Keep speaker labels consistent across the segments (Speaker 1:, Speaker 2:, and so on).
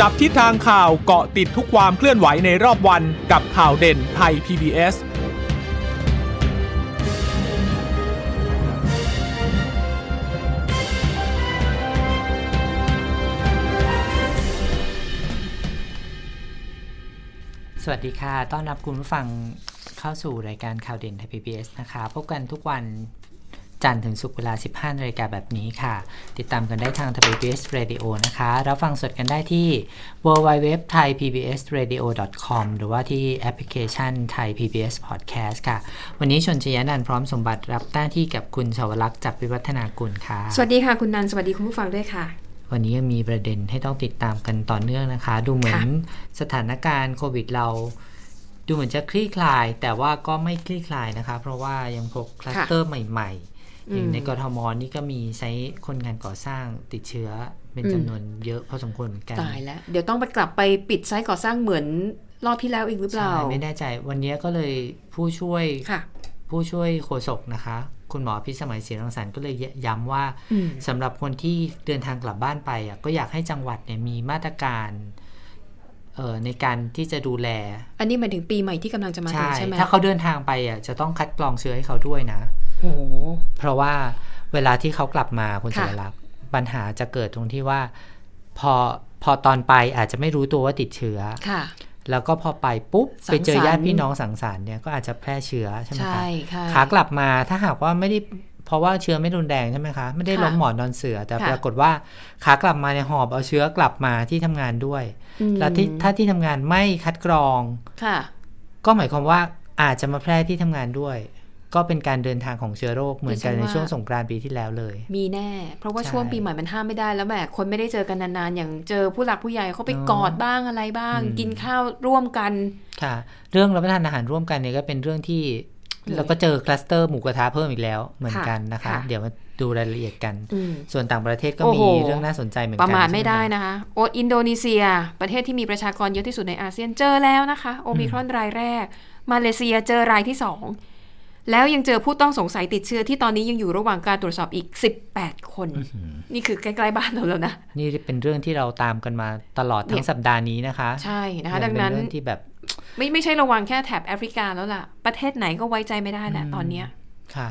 Speaker 1: จับทิศทางข่าวเกาะติดทุกความเคลื่อนไหวในรอบวันกับข่าวเด่นไทย PBS
Speaker 2: สวัสดีค่ะ ต้อนรับคุณผู้ฟังเข้าสู่รายการข่าวเด่นไทย PBS นะคะ พบกันทุกวันจันทร์ถึงศุกร์เวลา 15นาฬิกาแบบนี้ค่ะ ติดตามกันได้ทางไทย PBS Radio นะคะ รับฟังสดกันได้ที่ www thai pbs radio com หรือว่าที่แอปพลิเคชันไทย PBS Podcast ค่ะ วันนี้ชนชยานันท์พร้อมสมบัติรับหน้าที่กับคุณชาวลักษณ์จากวิวัฒนากุลค่ะ
Speaker 3: สวัสดีค่ะคุณนันสวัสดีคุณผู้ฟังด้วยค่ะ
Speaker 2: วันนี้ยังมีประเด็นให้ต้องติดตามกันต่อเนื่องนะคะ ดูเหมือน
Speaker 3: ค่ะ
Speaker 2: สถานการณ์โควิดเรา ดูเหมือนจะคลี่คลาย แต่ว่าก็ไม่คลี่คลายนะคะ เพราะว่ายังพบคลัสเตอร์ใหม่ๆอย่างในกรทมนี่ก็มีไซต์คนงานก่อสร้างติดเชื้อเป็นจำนวนเยอะพอสมควรเหมือนกัน
Speaker 3: ตายแล้ว เดี๋ยวต้องไปกลับไปปิดไซต์ก่อสร้างเหมือนรอบที่แล้วอีกหรือเป
Speaker 2: ใช่
Speaker 3: ล่า
Speaker 2: ไม่แน่ใจ วันนี้ก็เลยผู้ช่วย
Speaker 3: ค่ะ
Speaker 2: ผู้ช่วยโฆษกนะคะ คุณหมอพิสมัยศรีรังสรรค์ก็เลยย้ำว่า
Speaker 3: อืม
Speaker 2: สำหรับคนที่เดินทางกลับบ้านไปอ่ะก็อยากให้จังหวัดเนี่ยมีมาตรการเอ่อในการที่จะดูแล
Speaker 3: อันนี้หมายถึงปีใหม่ที่กำลังจะมาถึงใช่ไหม
Speaker 2: ถ้าเขาเดินทางไปอ่ะจะต้องคัดกรองเชื้อให้เขาด้วยนะ
Speaker 3: โอ้โห
Speaker 2: เพราะว่าเวลาที่เขากลับมาคุณส
Speaker 3: ค่ะ
Speaker 2: รลักษณ์ปัญหาจะเกิดตรงที่ว่า พอพอตอนไปอาจจะไม่รู้ตัวว่าติดเชื้อ
Speaker 3: ค่ะ
Speaker 2: แล้วก็พอไปปุ๊บ
Speaker 3: สังสรรค์
Speaker 2: ไปเจอญาติพี่น้องสังสรรค์เนี่ยก็อาจจะแพร่เชื้อใช่ไหม
Speaker 3: ใช่
Speaker 2: คะ
Speaker 3: ค่ะ
Speaker 2: ขากลับมาถ้าหากว่าไม่ได้เพราะว่าเชื้อไม่รุนแรงใช่ไหมคะ ไม่ได้
Speaker 3: ค่ะ
Speaker 2: ล้มหมอนนอนเสือ แต่
Speaker 3: ค่ะ
Speaker 2: ปรากฏว่าขากลับมาในยหอบเอาเชื้อกลับมาที่ทำงานด้วย
Speaker 3: อืม
Speaker 2: แล้วที่ถ้าที่ทำงานไม่คัดกรอง
Speaker 3: ค่ะ
Speaker 2: ก็หมายความว่าอาจจะมาแพร่ที่ทำงานด้วย ก็เป็นการเดินทางของเชื้อโรคเหมือนกันใน
Speaker 3: ดิฉันว่า
Speaker 2: ช่วงสงกรานต์ปีที่แล้วเลย
Speaker 3: มีแน่ เพราะว่า
Speaker 2: ใช่
Speaker 3: ช่วงปีใหม่มันห้ามไม่ได้แล้วแหมคนไม่ได้เจอกันนานๆอย่างเจอผู้หลักผู้ใหญ่เขาไป
Speaker 2: เนอะ
Speaker 3: กอดบ้างอะไรบ้าง
Speaker 2: อืม
Speaker 3: กินข้าวร่วมกัน
Speaker 2: ค่ะ เรื่องรับประทานอาหารร่วมกันเนี่ยก็เป็นเรื่องที่
Speaker 3: เลย
Speaker 2: เราก็เจอคลัสเตอร์หมูกระทะเพิ่มอีกแล้วเหมือนกันนะคะ
Speaker 3: ค่ะ
Speaker 2: เดี๋ยวมาดูรายละเอียดกัน
Speaker 3: อืม
Speaker 2: ส่วนต่างประเทศก็
Speaker 3: โอ้
Speaker 2: มี
Speaker 3: โห
Speaker 2: เรื่องน่าสนใจเหมือน
Speaker 3: ป
Speaker 2: กัน
Speaker 3: ระมาท
Speaker 2: ใช่
Speaker 3: ไม่
Speaker 2: ห
Speaker 3: ได้
Speaker 2: คะ
Speaker 3: นะคะ โอตอินโดนีเซีย ประเทศที่มีประชากรเยอะที่สุดในอาเซียนเจอแล้วนะคะ โอมิครอนรายแรก มาเลเซียเจอรายที่ 2 แล้วยังเจอผู้ต้องสงสัยติดเชื้อที่ตอนนี้ยังอยู่ระหว่างการตรวจสอบอีก 18 คน นี่คือใกล้ๆบ้านเราแล้วนะ
Speaker 2: นี่เป็นเรื่องที่เราตามกันมาตลอดทั้
Speaker 3: เนี่
Speaker 2: ง
Speaker 3: ย
Speaker 2: สัปดาห์นี้นะคะ
Speaker 3: ใช่นะ
Speaker 2: มั
Speaker 3: คะ ดัง
Speaker 2: เป็
Speaker 3: นั้น
Speaker 2: เรื่องที่แบบ
Speaker 3: ไม่ไม่ใช่ระวังแค่แถบแอฟริกาแล้วล่ะ ประเทศไหนก็ไว้ใจไม่ได้แหละตอนเนี้ย
Speaker 2: ค่ะ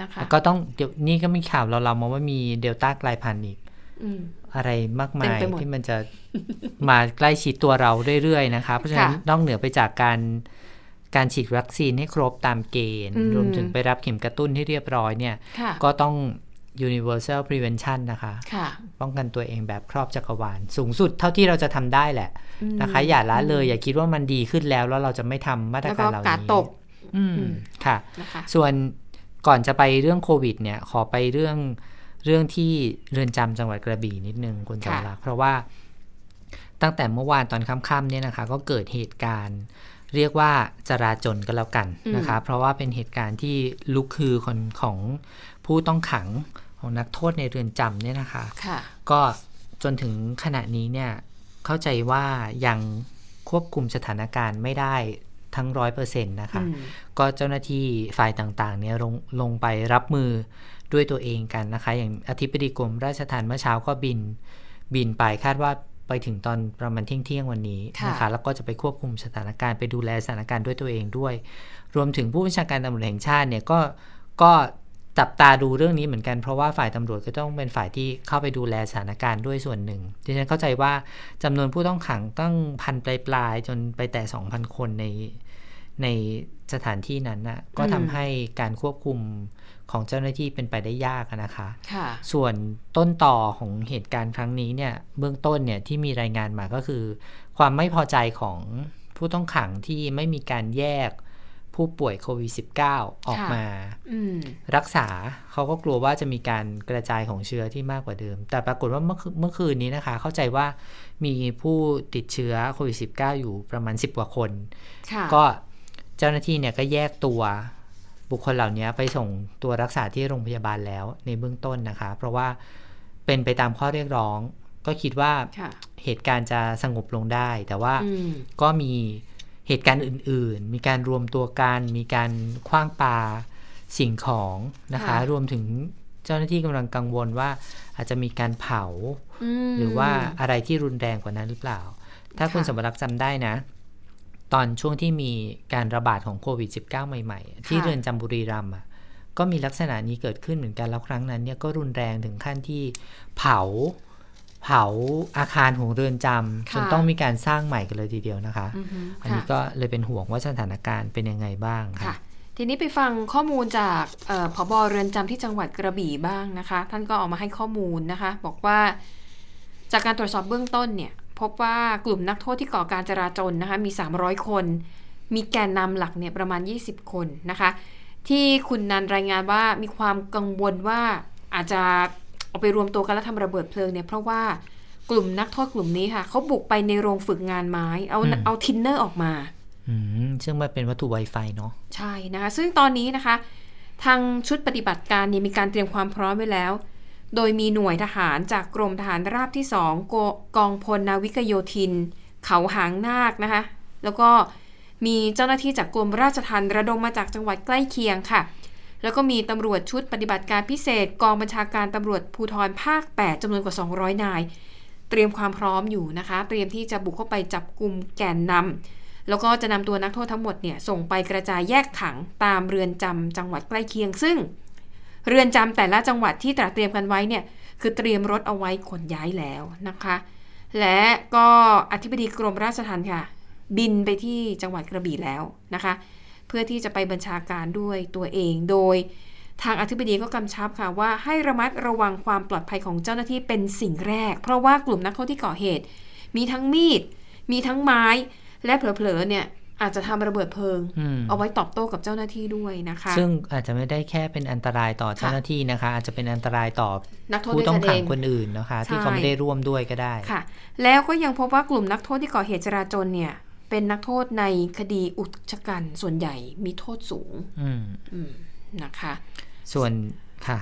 Speaker 3: นะคะ
Speaker 2: แล้วก็ต้องเดี๋ยวนี่ก็มีข่าวเราเรามาว่ามีเดลต้ากลายพันธุ์อีก
Speaker 3: อืม
Speaker 2: อะไรมากมา
Speaker 3: เต็
Speaker 2: ย
Speaker 3: มไปหมด
Speaker 2: ที่มันจะ มาใกล้ชิดตัวเราเรื่อยๆนะคะเพราะฉะนั้น
Speaker 3: ค่ะ
Speaker 2: นอกเหนือไปจากการการฉีดวัคซีนให้ครบตามเกณฑ์
Speaker 3: อืม
Speaker 2: รวมถึงไปรับเข็มกระตุ้นที่เรียบร้อยเนี่ย
Speaker 3: ค่ะ
Speaker 2: ก็ต้อง universal prevention นะคะ
Speaker 3: ค่ะ
Speaker 2: ป้องกันตัวเองแบบครอบจักรวาล สูงสุดเท่าที่เราจะทำได้แหละ
Speaker 3: อืม
Speaker 2: นะคะ อย่าละเลย อย่าคิดว่ามันดีขึ้นแล้ว แล้วเราจะไม่ทำมาตร
Speaker 3: แล้ว
Speaker 2: กา
Speaker 3: ก็
Speaker 2: รเหล่านี้
Speaker 3: กาดตก
Speaker 2: อืมค่ะ
Speaker 3: นะคะ
Speaker 2: ส่วนก่อนจะไปเรื่องโควิดเนี่ยขอไปเรื่องเรื่องที่เรือนจำจังหวัดกระบี่นิดนึงคุณสา
Speaker 3: ค่ะ
Speaker 2: รักษ์เพราะว่าตั้งแต่เมื่อวานตอนค่ำๆเนี่ยนะคะ ก็เกิดเหตุการณ์ เรียกว่าจราจนกันแล้วกันนะคะ เพราะว่าเป็นเหตุการณ์ที่ลุกคือคนของผู้ต้องขังของนักโทษในเรือนจำเนี่ยนะคะ
Speaker 3: ค่ะ
Speaker 2: ก็จนถึงขณะนี้เนี่ยเข้าใจว่ายังควบคุมสถานการณ์ไม่ได้ทั้งร้อยเปอร์เซ็นต์นะคะ
Speaker 3: อืม
Speaker 2: ก็เจ้าหน้าที่ฝ่ายต่างๆเนี่ยลงลงไปรับมือด้วยตัวเองกันนะคะ อย่างอธิบดีกรมราชทัณฑ์เมื่อเช้าก็บินบินไปคาดว่าไปถึงตอนประมาณเที่ยงเที่ยงๆวันนี้นะคะ
Speaker 3: ค่ะ
Speaker 2: แล้วก็จะไปควบคุมสถานการณ์ไปดูแลสถานการณ์ด้วยตัวเองด้วย รวมถึงผู้บัญชาการตำรวจแห่งชาติเนี่ยก็ก็จับตาดูเรื่องนี้เหมือนกันเพราะว่าฝ่ายตำรวจก็ต้องเป็นฝ่ายที่เข้าไปดูแลสถานการณ์ด้วยส่วนหนึ่งดิฉันเข้าใจว่าจำนวนผู้ต้องขังตั้งพันปลายๆจนไปแต่ 2,000 คนในในสถานที่นั้นนะก็
Speaker 3: อืม
Speaker 2: ทำให้การควบคุมของเจ้าหน้าที่เป็นไปได้ยากอะนะคะ
Speaker 3: ค่ะ
Speaker 2: ส่วนต้นต่อของเหตุการณ์ครั้งนี้เนี่ยเบื้องต้นเนี่ยที่มีรายงานมาก็คือ ความไม่พอใจของผู้ต้องขังที่ไม่มีการแยกผู้ป่วยโควิด -19 ออก
Speaker 3: ค่ะ
Speaker 2: มา
Speaker 3: อืม
Speaker 2: รักษาเขาก็กลัวว่าจะมีการกระจายของเชื้อที่มากกว่าเดิม แต่ปรากฏว่าเมื่อคืนเมื่อคืนนี้นะคะ เข้าใจว่ามีผู้ติดเชื้อโควิด -19 อยู่ประมาณ 10 กว่าคน
Speaker 3: ค่ะ
Speaker 2: ก็เจ้าหน้าที่เนี่ยก็แยกตัวบุคคลเหล่านี้ไปส่งตัวรักษาที่โรงพยาบาลแล้วในเบื้องต้นนะคะ เพราะว่าเป็นไปตามข้อเรียกร้อง ก็คิดว่า
Speaker 3: ค่ะ
Speaker 2: เหตุการณ์จะสงบลงได้ แต่ว่า
Speaker 3: อืม
Speaker 2: ก็มีเหตุการณ์อื่น ๆ มีการรวมตัวกัน มีการคว้างปาสิ่งของนะคะ
Speaker 3: ค่ะ
Speaker 2: รวมถึง เจ้าหน้าที่กำลังกังวลว่าอาจจะมีการเผา
Speaker 3: ม
Speaker 2: หรือว่าอะไรที่รุนแรงกว่านั้นหรือเปล่า ถ้าคุณ
Speaker 3: ค่ะ
Speaker 2: สมรักษ์จำได้นะ ตอนช่วงที่มีการระบาดของโควิด -19 ใหม่ๆ ที่
Speaker 3: ค่ะ
Speaker 2: เรือนจำบุรีรัมย์อะก็มีลักษณะนี้เกิดขึ้นเหมือนกันแล้วครั้งนั้นเนี่ยก็รุนแรงถึงขั้นที่เผา เผาอาคารของเรือนจำจนต้องมีการสร้างใหม่กันเลยทีเดียวนะคะ
Speaker 3: อือฮึ
Speaker 2: อัน
Speaker 3: ค่ะ
Speaker 2: นี้ก็เลยเป็นห่วงว่าสถานการณ์เป็นยังไงบ้าง
Speaker 3: ค่ะ
Speaker 2: ค่ะ
Speaker 3: ทีนี้ไปฟังข้อมูลจากเอ่อผบเรือนจำที่จังหวัดกระบี่บ้างนะคะ ท่านก็ออกมาให้ข้อมูลนะคะ บอกว่า จากการตรวจสอบเบื้องต้นเนี่ย พบว่ากลุ่มนักโทษที่ก่อการจราจรนะคะมี 300 คน มีแกนนำหลักเนี่ยประมาณ 20 คนนะคะ ที่คุณนันรายงานว่ามีความกังวลว่าอาจจะเอาไปรวมตัวกันแล้วทำระเบิดเพลิงเนี่ยเพราะว่ากลุ่มนักโทษกลุ่มนี้ค่ะเขาบุกไปในโรงฝึกงานไม้เอา
Speaker 2: อืม
Speaker 3: เอาทินเนอร์ออกมา
Speaker 2: อืมซึ่งมันเป็นวัตถุ Wi-Fi เนาะ
Speaker 3: ใช่นะคะ ซึ่งตอนนี้นะคะ ทางชุดปฏิบัติการเนี่ยมีการเตรียมความพร้อมไว้แล้ว โดยมีหน่วยทหารจากกรมทหารราบที่ 2 กองพลนาวิกโยธิน เขาหางนาคนะคะ แล้วก็มีเจ้าหน้าที่จากกรมราชทัณฑ์ระดมมาจากจังหวัดใกล้เคียงค่ะ แล้วก็มีตำรวจชุดปฏิบัติการพิเศษ กองบัญชาการตำรวจภูธรภาค 8จำนวนกว่า 200 นาย เตรียมความพร้อมอยู่นะคะ เตรียมที่จะบุกเข้าไปจับกลุ่มแกนนำ แล้วก็จะนำตัวนักโทษทั้งหมดเนี่ยส่งไปกระจายแยกขังตามเรือนจำจังหวัดใกล้เคียง ซึ่ง เรือนจำแต่ละจังหวัดที่ตระเตรียมกันไว้เนี่ยคือเตรียมรถเอาไว้ขนย้ายแล้วนะคะ และก็อธิบดีกรมราชทัณฑ์ค่ะ บินไปที่จังหวัดกระบี่แล้วนะคะ เพื่อที่จะไปบัญชาการด้วยตัวเองโดย ทางอธิบดีก็กำชับค่ะว่าให้ระมัดระวังความปลอดภัยของเจ้าหน้าที่เป็นสิ่งแรก เพราะว่ากลุ่มนักโทษที่ก่อเหตุ มีทั้งมีด มีทั้งไม้ และเผลอๆเนี่ยอาจจะทำระเบิดเพลิง
Speaker 2: อืม
Speaker 3: เอาไว้ตอบโต้กับเจ้าหน้าที่ด้วยนะคะ
Speaker 2: ซึ่งอาจจะไม่ได้แค่เป็นอันตรายต่อเจ้า
Speaker 3: ค่ะ
Speaker 2: หน้าที่นะคะ อาจจะเป็นอันตรายต่อ
Speaker 3: นักโทษ
Speaker 2: ผู้
Speaker 3: ด้วย
Speaker 2: ต้อง
Speaker 3: กันเอ
Speaker 2: ขัง
Speaker 3: ง
Speaker 2: คนอื่นนะคะ ที่
Speaker 3: ใช่
Speaker 2: เขาไม่ได้ร่วมด้วยก็ได้
Speaker 3: ค่ะ แล้วก็ยังพบว่ากลุ่มนักโทษที่ก่อเหตุจราจรเนี่ย เป็นนักโทษในคดีอุกชะกันส่วนใหญ่มีโทษสูง
Speaker 2: อืม
Speaker 3: อืมนะคะ
Speaker 2: ส่วนค่ะ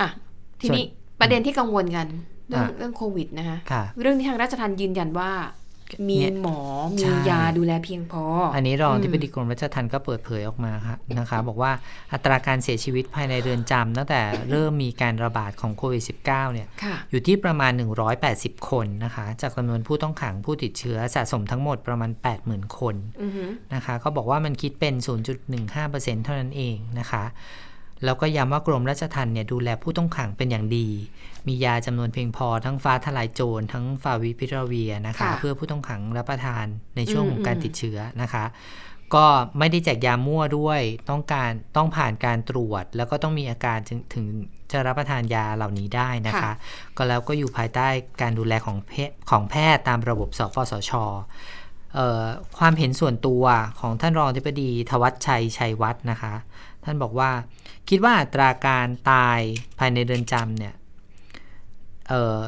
Speaker 3: อ่ะ ทีนี้
Speaker 2: ส่วน
Speaker 3: ประเด็นที่กังวลกันเรื่อง
Speaker 2: อ่ะ
Speaker 3: เรื่องโควิดนะคะ
Speaker 2: ค่ะ
Speaker 3: เรื่องที่ทางราชทัณฑ์ยืนยันว่า มี
Speaker 2: เนี่ย
Speaker 3: หมอ
Speaker 2: ใช่
Speaker 3: มียาดูแลเพียงพออั
Speaker 2: อันนี้รองที่ปดีกรมรัชทัณฑ์ก็เปิดเผยออกมาค่ะนะคะ บอกว่าอัตราการเสียชีวิตภายในเรือนจำตั้งแต่เริ่มมีการระบาดของโควิด -19 เนี่ย
Speaker 3: ค่ะ
Speaker 2: อยู่ที่ประมาณ 180 คนนะคะ จากจำนวนผู้ต้องขังผู้ติดเชื้อสะสมทั้งหมดประมาณ 80,000 คน
Speaker 3: อือหือ
Speaker 2: นะคะก็บอกว่ามันคิดเป็น 0.15%เท่านั้นเองนะคะ แล้วก็ย้ำว่ากรมราชทัณฑ์เนี่ยดูแลผู้ต้องขังเป็นอย่างดี มียาจำนวนเพียงพอทั้งฟ้าทลายโจรทั้งฟาวิพิราเวียนะคะ
Speaker 3: ค่ะ
Speaker 2: เพื่อผู้ต้องขังรับประทานในช่วง
Speaker 3: อืม
Speaker 2: ของการ
Speaker 3: อืม
Speaker 2: ติดเชื้อนะคะ ก็ไม่ได้แจกยามั่วด้วยต้องการต้องผ่านการตรวจ แล้วก็ต้องมีอาการถึงถึงจะรับประทานยาเหล่านี้ได้นะคะ ก็แล้วก็อยู่ภายใต้การดูแลของแพทย์ของแพทย์ตามระบบสปสช เอ่อความเห็นส่วนตัวของท่านรองอธิบดีทวัชชัย ชัยวัฒน์นะคะ ท่านบอกว่าคิดว่าอัตราการตายภายในเรือนจำเนี่ยเอ่อ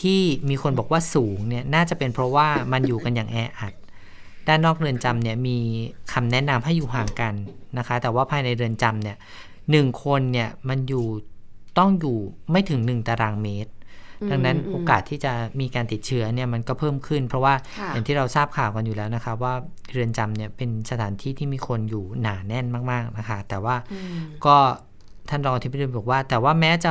Speaker 2: ที่มีคนบอกว่าสูงเนี่ยน่าจะเป็นเพราะว่ามันอยู่กันอย่างแออัด ด้านนอกเรือนจำเนี่ยมีคำแนะนำให้อยู่ห่างกันนะคะ แต่ว่าภายในเรือนจำเนี่ยหนึ่งคนเนี่ยมันอยู่ต้องอยู่ไม่ถึงหนึ่งตารางเมตร ดังนั้น
Speaker 3: อืมอืม
Speaker 2: โอกาสที่จะมีการติดเชื้อเนี่ยมันก็เพิ่มขึ้น เพราะว่า
Speaker 3: ค่ะ
Speaker 2: อย่างที่เราทราบข่าวกันอยู่แล้วนะคะว่าเรือนจำเนี่ยเป็นสถานที่ที่มีคนอยู่หนาแน่นมากๆนะคะ แต่ว่า
Speaker 3: อืม
Speaker 2: ก็ท่านรองอธิบดีบอกว่า แต่ว่าแม้จะ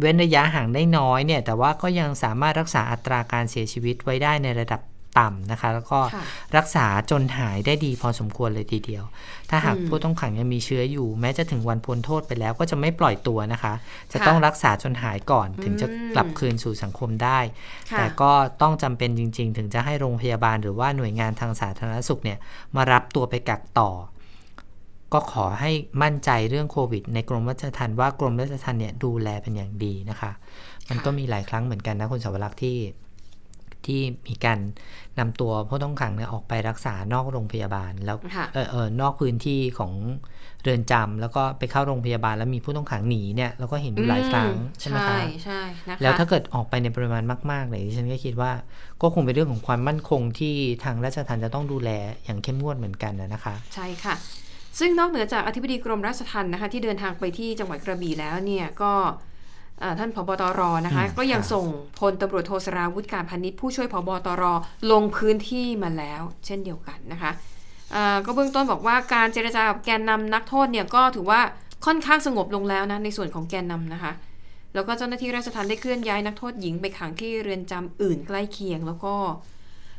Speaker 2: เว้นระยะห่างได้น้อยเนี่ยแต่ว่าก็ยังสามารถรักษาอัตราการเสียชีวิตไว้ได้ในระดับต่ำนะคะ แล้วก็
Speaker 3: ค่ะ
Speaker 2: รักษาจนหายได้ดีพอสมควรเลยทีเดียว ถ้าหากผู้ต้องขังยังมีเชื้ออยู่ แม้จะถึงวันพ้นโทษไปแล้วก็จะไม่ปล่อยตัวนะคะ จะต้องรักษาจนหายก่อนถึงจะ
Speaker 3: อืม
Speaker 2: กลับคืนสู่สังคมได้
Speaker 3: ค่ะ
Speaker 2: แต่ก็ต้องจำเป็นจริง ๆ ถึงจะให้โรงพยาบาลหรือว่าหน่วยงานทางสาธารณสุขเนี่ยมารับตัวไปกักต่อ ก็ขอให้มั่นใจเรื่องโควิด ในกรมราชทัณฑ์ว่ากรมราชทัณฑ์เนี่ยดูแลเป็นอย่างดีนะคะ มันก็มีหลายครั้งเหมือนกันนะคุณสวรักษ์ที่ที่มีการนำตัวผู้ต้องขังเนี่ยออกไปรักษานอกโรงพยาบาลแล้ว
Speaker 3: ค่ะ
Speaker 2: เออเออนอกพื้นที่ของเรือนจำแล้วก็ไปเข้าโรงพยาบาลแล้วมีผู้ต้องขังหนีเนี่ยเราก็เห็นอยู่หลายครั้ง
Speaker 3: อื
Speaker 2: ใช่ไหมคะ
Speaker 3: ใช่นะคะ
Speaker 2: แล้วถ้าเกิดออกไปในปริมาณมากๆเลยดิฉันก็คิดว่าก็คงเป็นเรื่องของความมั่นคงที่ทางราชทัณฑ์จะต้องดูแลอย่างเข้มงวดเหมือนกันนะนะคะ
Speaker 3: ใช่ค่ะ ซึ่งนอกเหนือจากอธิบดีกรมราชทัณฑ์นะคะ ที่เดินทางไปที่จังหวัดกระบี่แล้วเนี่ยก็เอ่อท่านพบตรนะคะ
Speaker 2: อืม
Speaker 3: ก็ยัง
Speaker 2: ค่ะ
Speaker 3: ส่งพลตำรวจโทสราวุธการพันนิชผู้ช่วยพบตรลงพื้นที่มาแล้ว เช่นเดียวกันนะคะเอ่อก็เบื้องต้นบอกว่าการเจรจากับแกนนำนักโทษเนี่ยก็ถือว่า ค่อนข้างสงบลงแล้วนะในส่วนของแกนนำนะคะ แล้วก็เจ้าหน้าที่ราชทัณฑ์ได้เคลื่อนย้ายนักโทษหญิงไปขังที่เรือนจำอื่นใกล้เคียง แล้วก็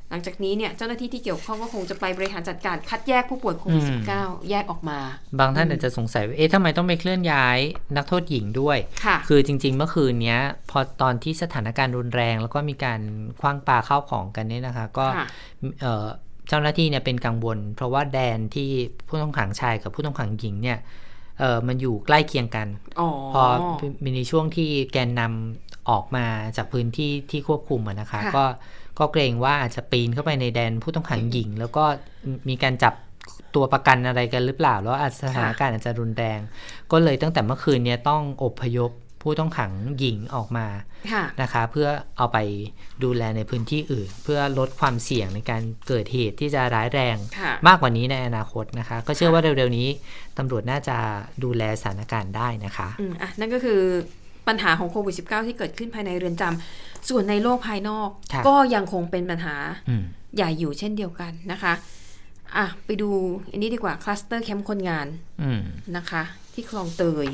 Speaker 3: หลังจากนี้เนี่ยเจ้าหน้าที่ที่เกี่ยวข้องก็คงจะไปบริหารจัดการคัดแยกผู้ป่วยโควิด
Speaker 2: อืม
Speaker 3: 19แยกออกมา
Speaker 2: บางท่านอาจจะสงสัยว่าเอ๊ะทำไมต้องไปเคลื่อนย้ายนักโทษหญิงด้วย
Speaker 3: ค่ะ
Speaker 2: คือจริง ๆ เมื่อคืนเนี้ย พอตอนที่สถานการณ์รุนแรง แล้วก็มีการคว้างปาข้าวของกันเนี่ยนะคะ ก็
Speaker 3: ค่ะ
Speaker 2: เอ่อเจ้าหน้าที่เนี่ยเป็นกังวล เพราะว่าแดนที่ผู้ต้องขังชายกับผู้ต้องขังหญิงเนี่ยเอ่อมันอยู่ใกล้เคียงกัน
Speaker 3: อ๋อ
Speaker 2: พอมีในช่วงที่แกนนำออกมาจากพื้นที่ที่ควบคุมอะนะคะ
Speaker 3: ค่ะ
Speaker 2: ก็ก็เกรงว่าอาจจะปีนเข้าไปในแดนผู้ต้องขังหญิง แล้วก็มีการจับตัวประกันอะไรกันหรือเปล่า แล้วอาจสถานการณ์อาจจะรุนแรง ก็เลยตั้งแต่เมื่อคืนเนี้ต้องอพยพผู้ต้องขังหญิงออกมา
Speaker 3: ค่ะ
Speaker 2: นะคะ เพื่อเอาไปดูแลในพื้นที่อื่น เพื่อลดความเสี่ยงในการเกิดเหตุที่จะร้ายแรง
Speaker 3: ค่ะ
Speaker 2: มากกว่านี้ในอนาคตนะคะ ก็เชื่อว่าเร็วๆนี้ตำรวจน่าจะดูแลสถานการณ์ได้นะคะ
Speaker 3: อืมอ่ะนั่นก็คือปัญหาของโควิด -19 ที่เกิดขึ้นภายในเรือนจำส่วนในโลกภายนอก
Speaker 2: ครับ
Speaker 3: ก็ยังคงเป็นปัญหา
Speaker 2: อืม
Speaker 3: ใหญ่อยู่เช่นเดียวกันนะคะอ่ะไปดูอันนี้ดีกว่าคลัสเตอร์แคมป์คนงาน
Speaker 2: อืม
Speaker 3: นะคะ ที่คลองเตย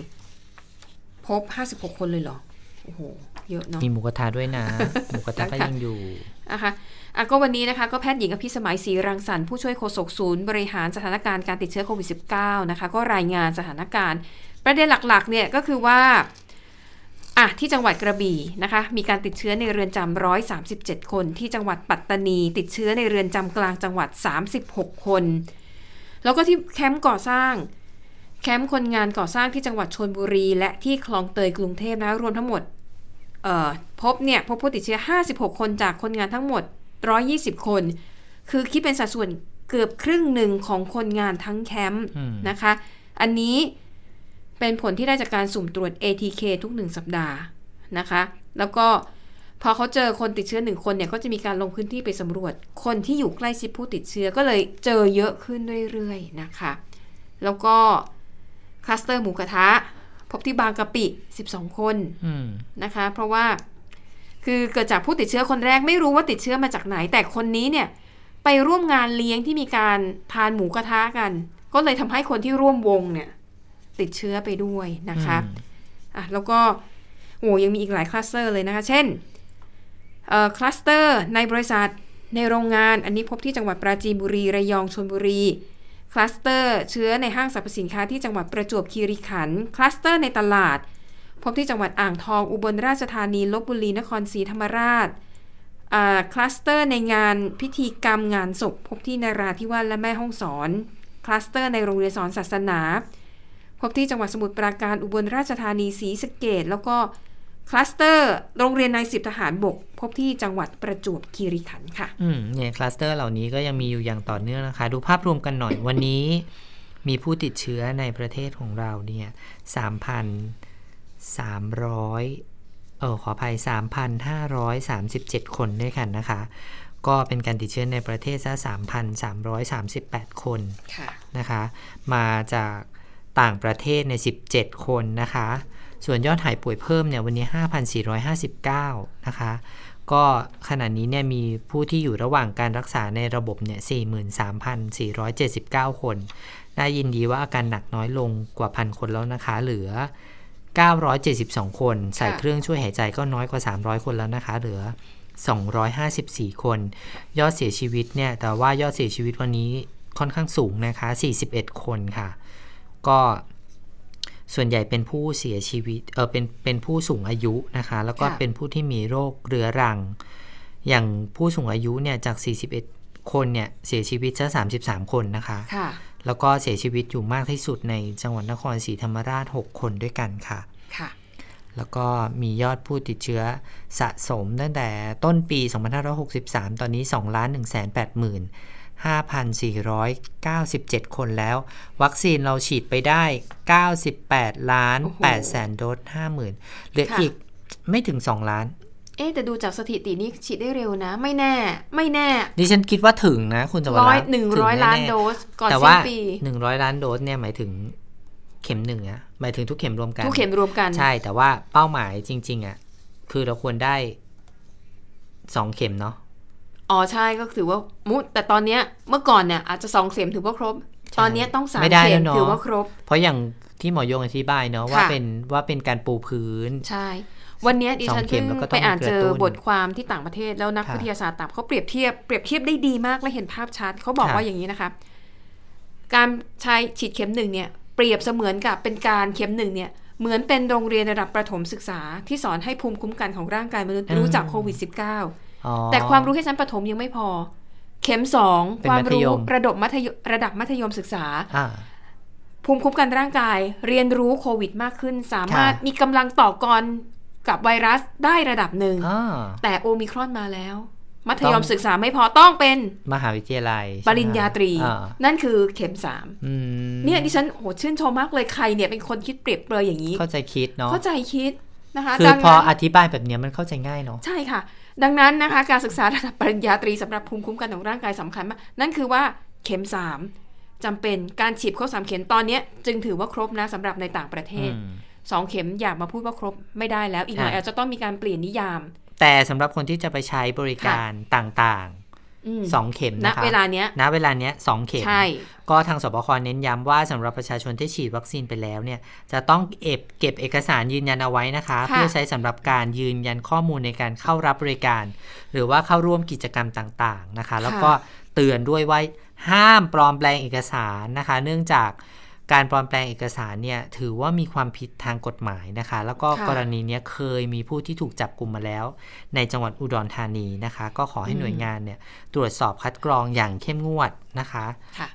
Speaker 3: พบ 56 คนเลยเหรอ โอ้โห เยอะเนาะ
Speaker 2: มีหมูกระทะด้วย นะ หมูกระทะก็ยังอยู่
Speaker 3: นะคะอ่ะก็วันนี้นะคะก็แพทย์หญิงอภิสมัยศรีรังสรรค์ผู้ช่วยโฆษกศูนย์บริหารสถานการณ์การติดเชื้อโควิด -19 นะคะก็รายงานสถานการณ์ ประเด็นหลักๆเนี่ยก็คือว่าอ่ะที่จังหวัดกระบี่นะคะมีการติดเชื้อในเรือนจำ137 คน ที่จังหวัดปัตตานี ติดเชื้อในเรือนจำกลางจังหวัด 36 คน แล้วก็ที่แคมป์ก่อสร้าง แคมป์คนงานก่อสร้างที่จังหวัดชลบุรี และที่คลองเตยกรุงเทพนะคะรวมทั้งหมด เอ่อพบเนี่ยพบผู้ติดเชื้อ 56 คนจากคนงานทั้งหมด 120 คน คือคิดเป็นสัดส่วนเกือบครึ่งหนึ่งของคนงานทั้งแคมป์
Speaker 2: อืม
Speaker 3: นะคะ อันนี้เป็นผลที่ได้จากการสุ่มตรวจ ATK ทุกหนึ่งสัปดาห์นะคะ แล้วก็พอเขาเจอคนติดเชื้อหนึ่งคนเนี่ยก็จะมีการลงพื้นที่ไปสำรวจ คนที่อยู่ใกล้ชิดผู้ติดเชื้อก็เลยเจอเยอะขึ้นเรื่อยๆนะคะ แล้วก็คลัสเตอร์หมูกระทะ พบที่บางกะปิ 12 คน
Speaker 2: อืม
Speaker 3: นะคะเพราะว่าคือเกิดจากผู้ติดเชื้อคนแรกไม่รู้ว่าติดเชื้อมาจากไหน แต่คนนี้เนี่ยไปร่วมงานเลี้ยงที่มีการทานหมูกระทะกัน ก็เลยทำให้คนที่ร่วมวงเนี่ยติดเชื้อไปด้วยนะคะ
Speaker 2: อืม
Speaker 3: อ่ะแล้วก็โอ้ยังมีอีกหลายคลัสเตอร์เลยนะคะ เช่นเอ่อคลัสเตอร์ในบริษัทในโรงงาน อันนี้พบที่จังหวัดปราจีนบุรีระยองชลบุรี คลัสเตอร์เชื้อในห้างสรรพสินค้าที่จังหวัดประจวบคีรีขันธ์คลัสเตอร์ในตลาด พบที่จังหวัดอ่างทอง อุบลราชธานี ลบบุรี นครศรีธรรมราชอ่าคลัสเตอร์ในงานพิธีกรรมงานศพ พบที่นราธิวาสและแม่ฮ่องสอน คลัสเตอร์ในโรงเรียนสอนศาสนา พบที่จังหวัดสมุทรปราการ อุบลราชธานี ศรีสะเกดแล้วก็คลัสเตอร์โรงเรียนนายสิบทหารบก พบที่จังหวัดประจวบคีรีขันธ์ค่ะ
Speaker 2: อืมเนี่ยคลัสเตอร์เหล่านี้ก็ยังมีอยู่อย่างต่อเนื่องนะคะ ดูภาพรวมกันหน่อย วันนี้มีผู้ติดเชื้อในประเทศของเราเนี่ยสามพันสามร้อยเออขออภัยสามพันห้าร้อยสามสิบเจ็ดคนด้วยกันนะคะ ก็เป็นการติดเชื้อในประเทศซะสามพันสามร้อยสามสิบแปดคน
Speaker 3: ค่ะ
Speaker 2: นะคะมาจากต่างประเทศในย17 คนนะคะ ส่วนยอดหายป่วยเพิ่มเนี่ยวันนี้ 5,459 นะคะ ก็ขณะนี้เนี่ยมีผู้ที่อยู่ระหว่างการรักษาในระบบเนี่ย43,479 คน น่ายินดีว่าอาการหนักน้อยลงกว่าพันคนแล้วนะคะ เหลือ 972 คน ใส่
Speaker 3: ค่ะ
Speaker 2: เครื่องช่วยหายใจก็น้อยกว่า 300 คนแล้วนะคะ เหลือ 254 คน ยอดเสียชีวิตเนี่ยแต่ว่ายอดเสียชีวิตวันนี้ค่อนข้างสูงนะคะ 41 คนค่ะ ก็ส่วนใหญ่เป็นผู้เสียชีวิตเออเป็นเป็นผู้สูงอายุนะคะ แล้วก็
Speaker 3: ค่ะ
Speaker 2: เป็นผู้ที่มีโรคเรื้อรัง อย่างผู้สูงอายุเนี่ยจาก 41 คนเนี่ยเสียชีวิตซะ33 คนนะคะ
Speaker 3: ค่ะ
Speaker 2: แล้วก็เสียชีวิตอยู่มากที่สุดในจังหวัดนครศรีธรรมราช 6 คนด้วยกันค่ะ
Speaker 3: ค่ะ
Speaker 2: แล้วก็มียอดผู้ติดเชื้อสะสมตั้งแต่ต้นปี 2563 ตอนนี้ 2 1 8 0 5,497 คนแล้ว วัคซีนเราฉีดไปได้ 98 ล้าน
Speaker 3: โอ้โห
Speaker 2: 8แสนโดส50,000 เหลือ
Speaker 3: ค่ะ
Speaker 2: อีกไม่ถึง 2 ล้าน
Speaker 3: เอ๊ะแต่ดูจากสถิตินี่ฉีดได้เร็วนะ ไม่แน่ ไม่แน่
Speaker 2: ดิฉันคิดว่าถึงนะคุณสวรร
Speaker 3: ร้อย
Speaker 2: ค์
Speaker 3: หนึ่งร้อยล้านโดส ก่อน
Speaker 2: แต่
Speaker 3: สิ้
Speaker 2: ว่า
Speaker 3: นปี
Speaker 2: 100 ล้านโดสเนี่ยหมายถึงเข็มหนึ่งนะหมายถึงทุกเข็มรวมกัน
Speaker 3: ทุกเข็มรวมกัน
Speaker 2: ใช่แต่ว่าเป้าหมายจริง ๆ อ่ะ คือเราควรได้สองเข็มเนาะ
Speaker 3: อ๋อใช่ก็ถือว่ามุแต่ตอนเนี้ยเมื่อก่อนเนี่ยอาจจะสองเข็มถือว่าครบ ตอนเนี้ยต้องสาม
Speaker 2: ไม่ได้
Speaker 3: เข็
Speaker 2: แล้
Speaker 3: ม
Speaker 2: วเนอะ
Speaker 3: ถือว่าครบ
Speaker 2: เพราะอย่าง ที่หมอยงอธิบายเนาะ
Speaker 3: ค่ะ
Speaker 2: ว่าเป็นว่าเป็นการปูพื้น
Speaker 3: ใช่ วันเนี้ยดิ
Speaker 2: สอง
Speaker 3: ฉัน
Speaker 2: เข็
Speaker 3: เพิ่
Speaker 2: ม
Speaker 3: ง
Speaker 2: แล้วก็ต้อง
Speaker 3: ไปอ่านเจอ
Speaker 2: ระ
Speaker 3: ก
Speaker 2: ตุ้น
Speaker 3: บทความที่ต่างประเทศแล้วนัก
Speaker 2: ค่ะ
Speaker 3: วิทยาศาสตร์ต่างเขาเปรียบเทียบเปรียบเทียบได้ดีมากและเห็นภาพชัดเขาบอก
Speaker 2: ค่ะ
Speaker 3: ว่าอย่างนี้นะคะ การใช้ฉีดเข็มหนึ่งเนี่ยเปรียบเสมือนกับเป็นการเข็มหนึ่งเนี่ยเหมือนเป็นโรงเรียนระดับประถมศึกษา ที่สอนให้ภูมิคุ้มกันของร่างกายมนุษย์รู้จักโควิด -19
Speaker 2: อ๋อ
Speaker 3: แต่ความรู้แค่ชั้นประถมยังไม่พอ เข็มสอง
Speaker 2: เป็น
Speaker 3: ความ
Speaker 2: มัธ
Speaker 3: รู้
Speaker 2: ยม
Speaker 3: ระดับมัธยมระดับมัธยมศึกษา
Speaker 2: อ่า
Speaker 3: ภูมิคุ้มกันร่างกายเรียนรู้โควิดมากขึ้น สามารถ
Speaker 2: ค่ะ
Speaker 3: มีกำลังต่อกรกับไวรัสได้ระดับหนึ่ง
Speaker 2: อ่า
Speaker 3: แต่โอมิครอนมาแล้ว มัธย
Speaker 2: ต้
Speaker 3: ม
Speaker 2: อง
Speaker 3: ศึกษาไม่พอต้องเป็น
Speaker 2: มหาวิทยาลัย
Speaker 3: ปริญญาตรี
Speaker 2: ใช่ไหมอ่า
Speaker 3: นั่นคือเข็มสาม
Speaker 2: อืม
Speaker 3: เนี่ยดิฉันโหชื่นชมมากเลยใครเนี่ยเป็นคนคิดเปรียบเปรยอย่างนี้
Speaker 2: เข้าใจคิดเนาะ
Speaker 3: เข้าใจคิดนะคะ
Speaker 2: คือ
Speaker 3: ดัง
Speaker 2: พอ
Speaker 3: นั้น
Speaker 2: อธิบายแบบเนี้ยมันเข้าใจง่ายเนาะ
Speaker 3: ใช่ค่ะ ดังนั้นนะคะ การศึกษาระดับปริญญาตรีสำหรับภูมิคุ้มกันของร่างกายสำคัญมาก นั่นคือว่าเข็ม 3จำเป็นการฉีดครบสามเข็มตอนเนี้ยจึงถือว่าครบนะสำหรับในต่างประเทศ 2 เข็มอย่ามาพูดว่าครบไม่ได้แล้ว อีกหน่อย
Speaker 2: อ่ะ
Speaker 3: อาจจะต้องมีการเปลี่ยนนิยาม
Speaker 2: แต่สำหรับคนที่จะไปใช้บริการต่าง
Speaker 3: อืม
Speaker 2: ๆสองเข็ม
Speaker 3: ณ
Speaker 2: นะคะ
Speaker 3: เวลาเนี้ย
Speaker 2: ณเวลาเนี้ยสองเข็ม
Speaker 3: ใช่
Speaker 2: ก็ทางสบคเน้นย้ำว่าสำหรับประชาชนที่ฉีดวัคซีนไปแล้วเนี่ยจะต้องเก็บเก็บเอกสารยืนยันเอาไว้นะคะ เพื่อใช้สำหรับการยืนยันข้อมูลในการเข้ารับบริการ หรือว่าเข้าร่วมกิจกรรมต่างๆนะคะ แล้วก็เตือนด้วยว่าห้ามปลอมแปลงเอกสารนะคะ เนื่องจากการปลอมแปลงเอกสารเนี่ยถือว่ามีความผิดทางกฎหมายนะคะ แล้วก็กรณีเนี้ยเคยมีผู้ที่ถูกจับกลุ่มมาแล้ว ในจังหวัดอุดรธานีนะคะ ก็ขอให้หน่วยงานเนี่ยตรวจสอบคัดกรองอย่างเข้มงวดนะคะ
Speaker 3: ค่ะ